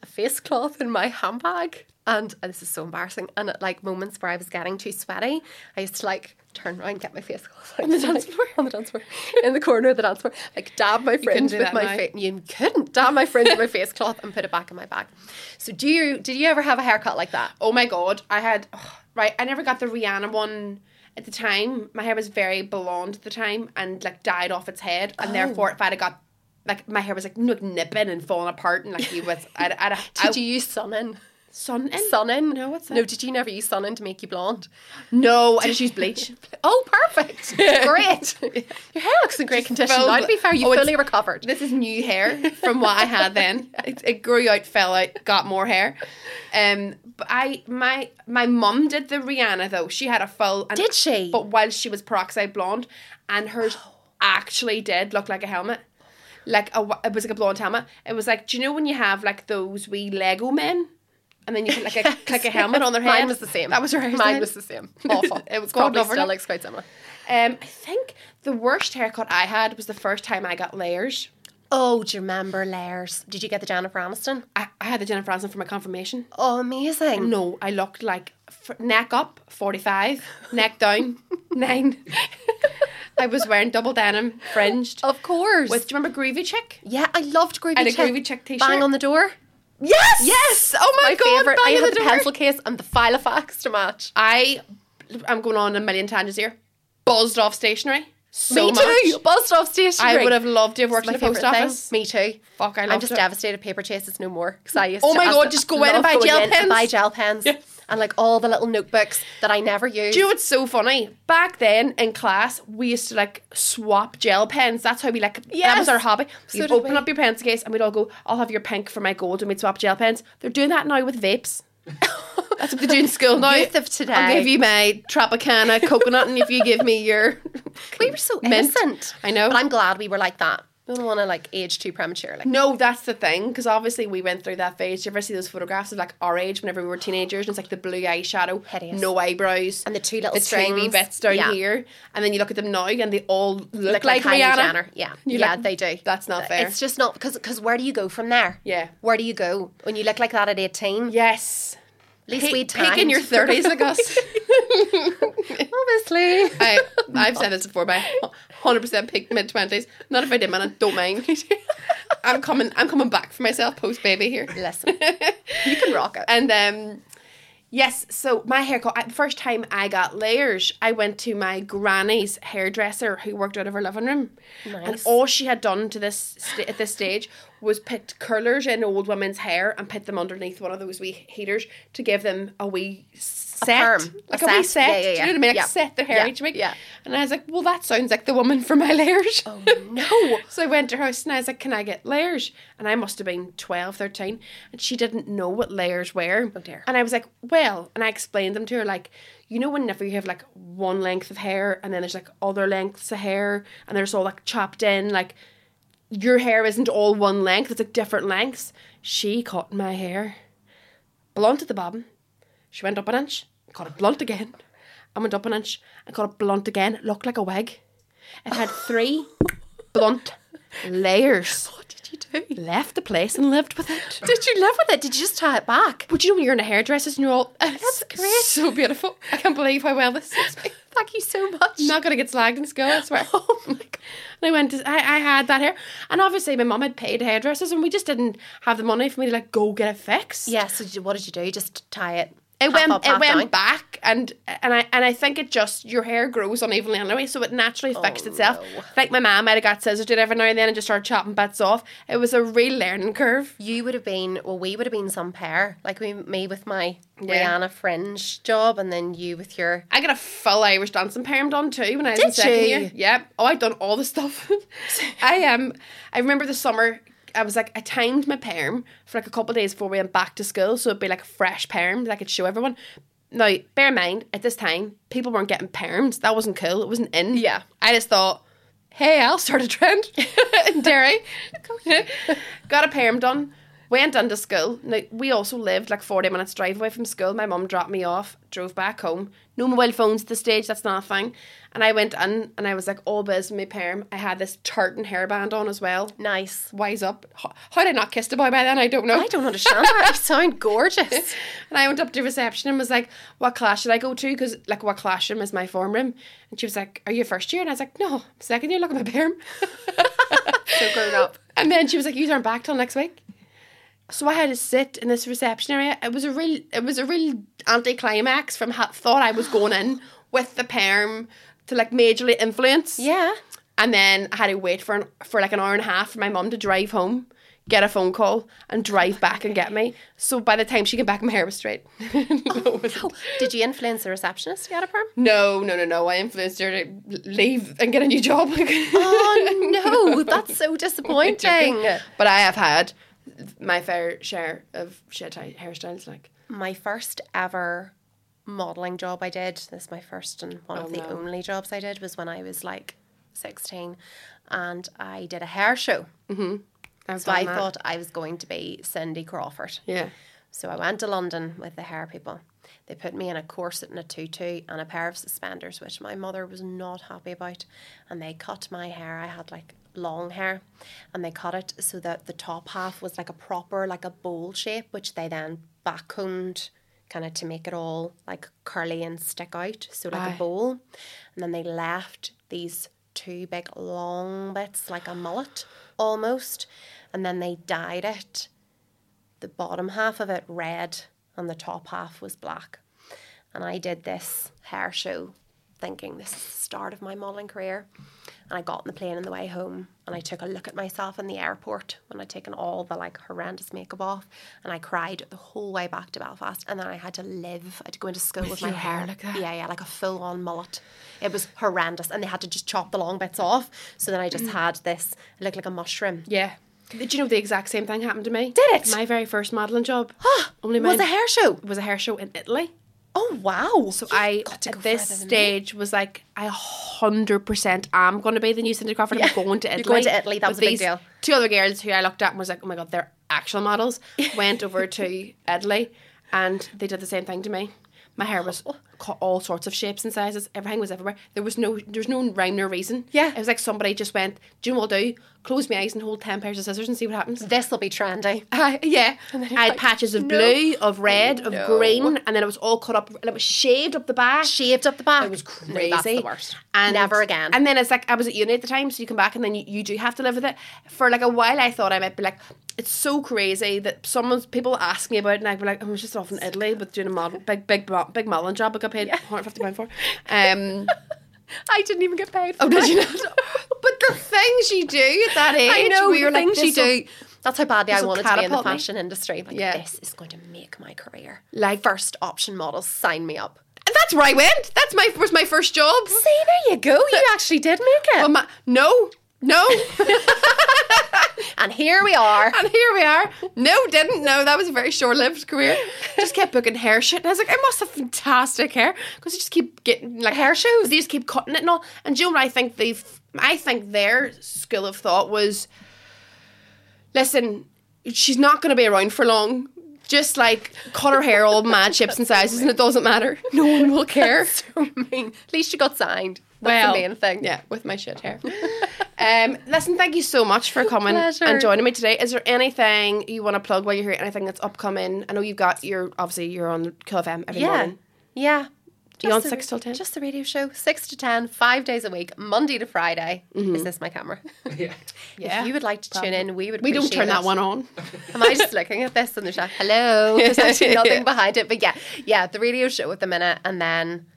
S2: a face cloth in my handbag. And, and this is so embarrassing. And at like moments where I was getting too sweaty, I used to like turn around, get my face cloth out, on the dance floor, on the dance floor, in the corner of the dance floor, like dab my fringe
S1: do
S2: with
S1: that
S2: my
S1: now.
S2: face. You couldn't dab my fringe with my face cloth and put it back in my bag. So do you? Did you ever have a haircut like that?
S1: Oh my god, I had ugh, right. I never got the Rihanna one at the time. My hair was very blonde at the time and like died off its head, and
S2: Oh.
S1: therefore if I'd have got like my hair was like n- nipping and falling apart, and like you was I'd, I'd, I'd,
S2: [laughs] Did you use sunning?
S1: sun in?
S2: Sunning?
S1: No, what's that?
S2: No, did you never use sunning to make you blonde?
S1: No, I just used bleach.
S2: Oh, [laughs] perfect! Great. Your hair looks in great condition.
S1: full-
S2: Now, to be fair, you
S1: oh, it's-
S2: fully recovered.
S1: This is new hair from what I had
S2: [laughs]
S1: then. It, it grew out, fell out, got more hair. Um, but I my my mum did the Rihanna though. She had a full. And,
S2: Did she? Oh.
S1: But while she was peroxide blonde, and hers actually did look like a helmet. Like a, wh- it was like a blonde helmet. It was like, do you know when you have like those wee Lego men, and then you put like
S2: [laughs]
S1: a like a helmet on their head?
S2: Mine was the same.
S1: That was her hairstyle.
S2: Mine was the [laughs] same. Awful.
S1: It was
S2: probably
S1: God love her,
S2: still
S1: no?
S2: looks quite similar.
S1: Um, I think the worst haircut I had was the first time I got layers.
S2: Oh, do you remember layers? Did you get the Jennifer Aniston?
S1: I, I had the Jennifer Aniston for my confirmation.
S2: Oh, amazing.
S1: No, I looked like f- neck up, 45, neck
S2: [laughs]
S1: down, 9. I was wearing double denim, fringed.
S2: Of course.
S1: With, do you remember Groovy Chick?
S2: yeah, I loved groovy
S1: And a
S2: chick.
S1: groovy chick t-shirt.
S2: Bang on the door.
S1: Yes! Yes! Oh my, god,
S2: Favorite. I
S1: bang on
S2: had the,
S1: door.
S2: pencil case and the file of fax to match.
S1: I, I'm going on a million tangents here. Buzzed off stationery. So
S2: Me
S1: much.
S2: too. Buzzed off stationery.
S1: I would have loved to have worked
S2: My
S1: in the post
S2: favourite thing.
S1: office.
S2: Me too.
S1: Fuck, I
S2: I'm
S1: loved
S2: just
S1: it.
S2: devastated paper chases no more. 'cause I used
S1: Oh
S2: to
S1: my
S2: abs-
S1: God, just go in and
S2: love
S1: buy
S2: going
S1: gel
S2: in and
S1: pens.
S2: buy gel
S1: [laughs]
S2: pens.
S1: Yeah.
S2: And like all the little notebooks that I never used.
S1: Do you know what's so funny? Back then in class, we used to like swap gel pens. That's how we like. That
S2: Yes.
S1: was our hobby. You'd
S2: did
S1: open
S2: we.
S1: up your pencil case, and we'd all go, "I'll have your pink for my gold," and we'd swap gel pens. They're doing that now with
S2: [laughs]
S1: vapes. That's what they do in school now.
S2: Youth of today.
S1: I'll give you my Tropicana coconut, and if you give me your,
S2: we were so
S1: Mint.
S2: innocent.
S1: I know.
S2: But I'm glad we were like that. We don't want to like age too prematurely.
S1: no, that's the thing. Because obviously we went through that phase. You ever see those photographs of like our age whenever we were teenagers? And it's like the blue eyeshadow,
S2: Hideous.
S1: no eyebrows,
S2: And the two little
S1: the three wee
S2: strings.
S1: bits down
S2: Yeah.
S1: here, and then you look at them now, and they all look,
S2: Look
S1: like,
S2: Kylie
S1: Rihanna.
S2: Jenner. Yeah,
S1: You're
S2: yeah,
S1: like,
S2: they do.
S1: "That's not fair."
S2: It's just not because because where do you go from there?
S1: Yeah.
S2: where do you go when you look like that at eighteen?
S1: Yes.
S2: at least
S1: Pe-
S2: we
S1: peak in your 30s like
S2: [laughs]
S1: us.
S2: obviously.
S1: I, I've said this before, but I 100% peak mid 20s. Not if I did, man. I don't mind.
S2: [laughs]
S1: I'm coming. I'm coming back for myself post baby here.
S2: Listen, you can rock [laughs] it.
S1: And um, yes. So my haircut. I, the first time I got layers, I went to my granny's hairdresser who worked out of her living room, and
S2: Nice.
S1: all she had done to this sta- at this stage was picked curlers in old women's hair and put them underneath one of those wee heaters to give them a wee set,
S2: perm, a
S1: like a, wee
S2: set.
S1: set.
S2: Yeah, yeah,
S1: Do you know
S2: yeah.
S1: what I mean? Like
S2: Yeah.
S1: set their hair
S2: Yeah,
S1: each week.
S2: yeah.
S1: And I was like, well, that sounds like the woman for my layers.
S2: Oh,
S1: [laughs]
S2: no,
S1: So I went to her house and I was like, Can I get layers? And I must have been 12, 13. And she didn't know what layers were.
S2: Oh, dear.
S1: And I was like, Well, and I explained them to her, like, you know, whenever you have like one length of hair and then there's like other lengths of hair and there's all like chopped in, like your hair isn't all one length, it's like different lengths. She cut my hair blunt at the bottom. She went up an inch, cut it blunt again, and went up an inch and cut it blunt again. It Looked like a wig. It had
S2: [laughs]
S1: three blunt layers.
S2: what did you do?
S1: Left the place and lived with it.
S2: Did you live with it? Did you just tie it back?
S1: But you know when you're in a hairdresser and you're all that's
S2: great.
S1: so beautiful. I can't believe how well this is.
S2: [laughs] Thank you so much.
S1: I'm not gonna get slagged in school, I swear.
S2: [laughs] Oh my God.
S1: And I went to I, I had that hair. And obviously my mum had paid hairdressers and we just didn't have the money for me to like go get it fixed.
S2: Yeah. So did you- what did you do? Just tie it.
S1: It
S2: half
S1: went
S2: up,
S1: it
S2: half
S1: went
S2: down?
S1: back and and I and I think it just your hair grows unevenly anyway, so it naturally fixed itself.
S2: Oh, no.
S1: I think my mum might have got scissors did every now and then and just started chopping bits off. It was a real learning curve.
S2: You would have been, well, we would have been some pair. Like we, me with my
S1: Yeah.
S2: Rihanna fringe job, and then you with your.
S1: I got a full Irish dancing perm done too when I was in
S2: Did
S1: second
S2: you?
S1: year. Yep. Oh, I'd done all the stuff. [laughs] I um, I remember the summer. I was like, I timed my perm for like a couple of days before we went back to school, so it'd be like a fresh perm that I could show everyone. Now, bear in mind, at this time, people weren't getting perms. That wasn't cool. It wasn't in.
S2: Yeah.
S1: I just thought,
S2: [laughs]
S1: hey, I'll start a trend in Derry. Got a perm done. Went into school. Now, we also lived like 40 minutes drive away from school. My mum dropped me off, drove back home. No mobile phones at this stage, that's not a thing. And I went in and I was like all biz with my perm. I had this tartan hairband on as well.
S2: Nice.
S1: Wise up. How, how did I not kissed a boy by then? I don't know.
S2: I don't understand that. You sound gorgeous.
S1: And I went up to reception and was like, "What class should I go to?" Because like, what classroom is my form room? And she was like, "Are you first year?" And I was like, "No, I'm second year. Look at my perm."
S2: [laughs] So grown up.
S1: And then she was like, "You aren't back till next week." So I had to sit in this reception area. It was a real, it was a real anticlimax. From ha- thought I was going
S2: [gasps]
S1: in with the perm to like majorly influence.
S2: Yeah.
S1: And then I had to wait for an, for like an hour and a half for my mum to drive home, get a phone call, and drive back and get me. So by the time she came back, my hair was straight. [laughs] no, it wasn't.
S2: Oh, did you influence the receptionist to get a perm?
S1: no, no, no, no. I influenced her to leave and get a new job. [laughs]
S2: Oh [laughs] no, that's so
S1: Joking.
S2: disappointing.
S1: But I have had my fair share of shit ha- hairstyles. Like,
S2: my first ever modeling job I did, this is my first and one of the
S1: no.
S2: only jobs I did, was when I was like 16 and I did a hair show.
S1: I've
S2: So I
S1: done that.
S2: thought I was going to be Cindy Crawford.
S1: yeah,
S2: So I went to London with the hair people. They put me in a corset and a tutu and a pair of suspenders, which my mother was not happy about. And they cut my hair. I had like long hair, and they cut it so that the top half was like a proper, like a bowl shape, which they then backcombed kind of to make it all like curly and stick out. So like
S1: Aye.
S2: a bowl. And then they left these two big long bits, like a mullet almost. And then they dyed it the bottom half of it red and the top half was black. And I did this hair show thinking this is the start of my modelling career. And I got on the plane on the way home and I took a look at myself in the airport when I'd taken all the like horrendous makeup off and I cried the whole way back to Belfast and then I had to live I had to go into school with, my
S1: your hair
S2: hair.
S1: like that?
S2: Yeah, yeah, like a full on mullet. It was horrendous and they had to just chop the long bits off. So then I
S1: [clears throat]
S2: just had this I looked like a mushroom.
S1: yeah. Did you know the exact same thing happened to me?
S2: Did it?
S1: My very first modelling [gasps] job. [gasps] Only
S2: It was
S1: mine
S2: a hair show.
S1: was a hair show in Italy.
S2: Oh wow.
S1: So I
S2: got to go
S1: at this
S2: further than me.
S1: stage was like I hundred percent am going to be the new Cindy Crawford. I'm
S2: Yeah.
S1: going to Italy.
S2: You're going to Italy, that
S1: With
S2: was a big
S1: these
S2: deal.
S1: Two other girls who I looked at and was like, oh my god, they're actual
S2: [laughs]
S1: models. Went over to Italy and they did the same thing to me. My hair was
S2: Oh.
S1: cut all sorts of shapes and sizes. Everything was everywhere. There was no there was no rhyme nor reason.
S2: Yeah.
S1: it was like somebody just went, "Do you know what I'll do? Close my eyes and hold ten pairs of scissors and see what
S2: [laughs]
S1: happens."
S2: This will be trendy.
S1: Uh, yeah. I had
S2: like,
S1: patches of
S2: "No."
S1: blue, of red, of
S2: no.
S1: green, and then it was all cut up. and It was shaved up the back.
S2: Shaved up the back.
S1: It was
S2: No,
S1: crazy.
S2: that's the worst. Never again.
S1: And then it's like I was at uni at the time, so you come back and then you, you do have to live with it. For like a while, I thought I might be like, it's so crazy that someone's people ask me about it, and I'd be like, "Oh, I was just off in Italy with doing a model, big big mo- big modeling job. I got paid 150 pound for. Um, [laughs]
S2: I didn't even get paid. For
S1: oh, did you
S2: it.
S1: not?
S2: [laughs]
S1: but the things you do at that age,
S2: I know
S1: we
S2: the
S1: were like,
S2: things you
S1: "This'll
S2: do. That's how badly I
S1: this'll
S2: wanted to be in the
S1: catapult me.
S2: fashion industry. Like
S1: Yeah.
S2: this is going to make my career.
S1: Like-
S2: first option model, sign me up.
S1: And that's where I went. That's my was my first job.
S2: See, there you go. You actually did make it.
S1: But my- no, no,
S2: [laughs] and here we are.
S1: [laughs] and here we are. No, didn't no. That was a very short-lived career. Just kept booking hair shit, and I was like, I must have fantastic hair because you just keep getting like hair shows. They just keep cutting it and all. And do you know what I think they've? I think their school of thought was, listen, she's not going to be around for long. Just like cut her hair all mad shapes and sizes, and it doesn't matter. No [laughs] one will care.
S2: I mean, [laughs] at least you got signed. That's the main thing.
S1: Yeah, with my shit hair. um, listen, thank you so much for coming
S2: Pleasure.
S1: and joining me today. Is there anything you want to plug while you're here? Anything that's upcoming? I know you've got your obviously you're on Kill FM every
S2: Yeah.
S1: morning.
S2: Yeah.
S1: you on
S2: the-
S1: six till 10?
S2: Just the radio show, six to ten, five days a week, Monday to Friday. Is this my camera?
S3: Yeah.
S1: Mm-hmm. [laughs] Yeah.
S2: If you would like to tune in, we would.
S1: We don't
S2: appreciate
S1: turn that
S2: it.
S1: one on.
S2: Am I just looking at this and there's like,
S1: [laughs]
S2: hello? There's actually nothing
S1: Yeah.
S2: behind it. But yeah, yeah, the radio show at the minute. And then,
S1: [laughs]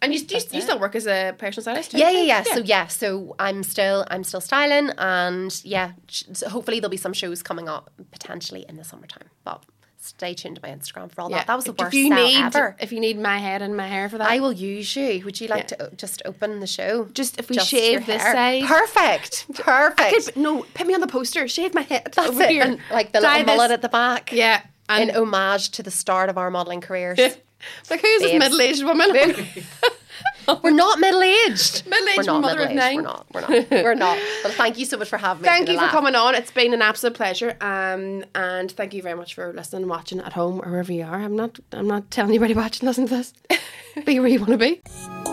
S1: And you, you, you still work as a personal stylist? too,
S2: yeah,
S1: I
S2: yeah,
S1: think?
S2: yeah. So yeah, so I'm still, I'm still styling. And yeah, sh- so hopefully there'll be some shows coming up potentially in the summertime. But stay tuned to my Instagram for all that. That was the
S1: If
S2: worst
S1: you
S2: sell
S1: need,
S2: ever.
S1: If you need my head and my hair for that,
S2: I will use you. Would you like to o- just open the show?
S1: just if we
S2: Just your
S1: shave this
S2: hair.
S1: side. [laughs]
S2: Perfect. Perfect.
S1: Could- no, put me on the poster. Shave my head
S2: That's
S1: over
S2: it.
S1: here.
S2: And, like the
S1: dye
S2: little
S1: this.
S2: mullet at the back.
S1: Yeah. And [laughs]
S2: In homage to the start of our modelling careers.
S1: it's like who's this [laughs]
S2: Babes.
S1: middle aged woman?
S2: [laughs] We're not middle aged.
S3: Middle-aged mother of
S1: We're
S3: nine.
S1: not. We're not. We're [laughs]
S2: We're not. But thank you so much for having me. It's
S1: thank
S2: been
S1: you
S2: a
S1: for
S2: laugh.
S1: coming on. It's been an absolute pleasure. Um, and thank you very much for listening and
S2: [laughs]
S1: watching at home or wherever you are. I'm not. I'm not telling anybody watching. Listen to this. be where you want to be.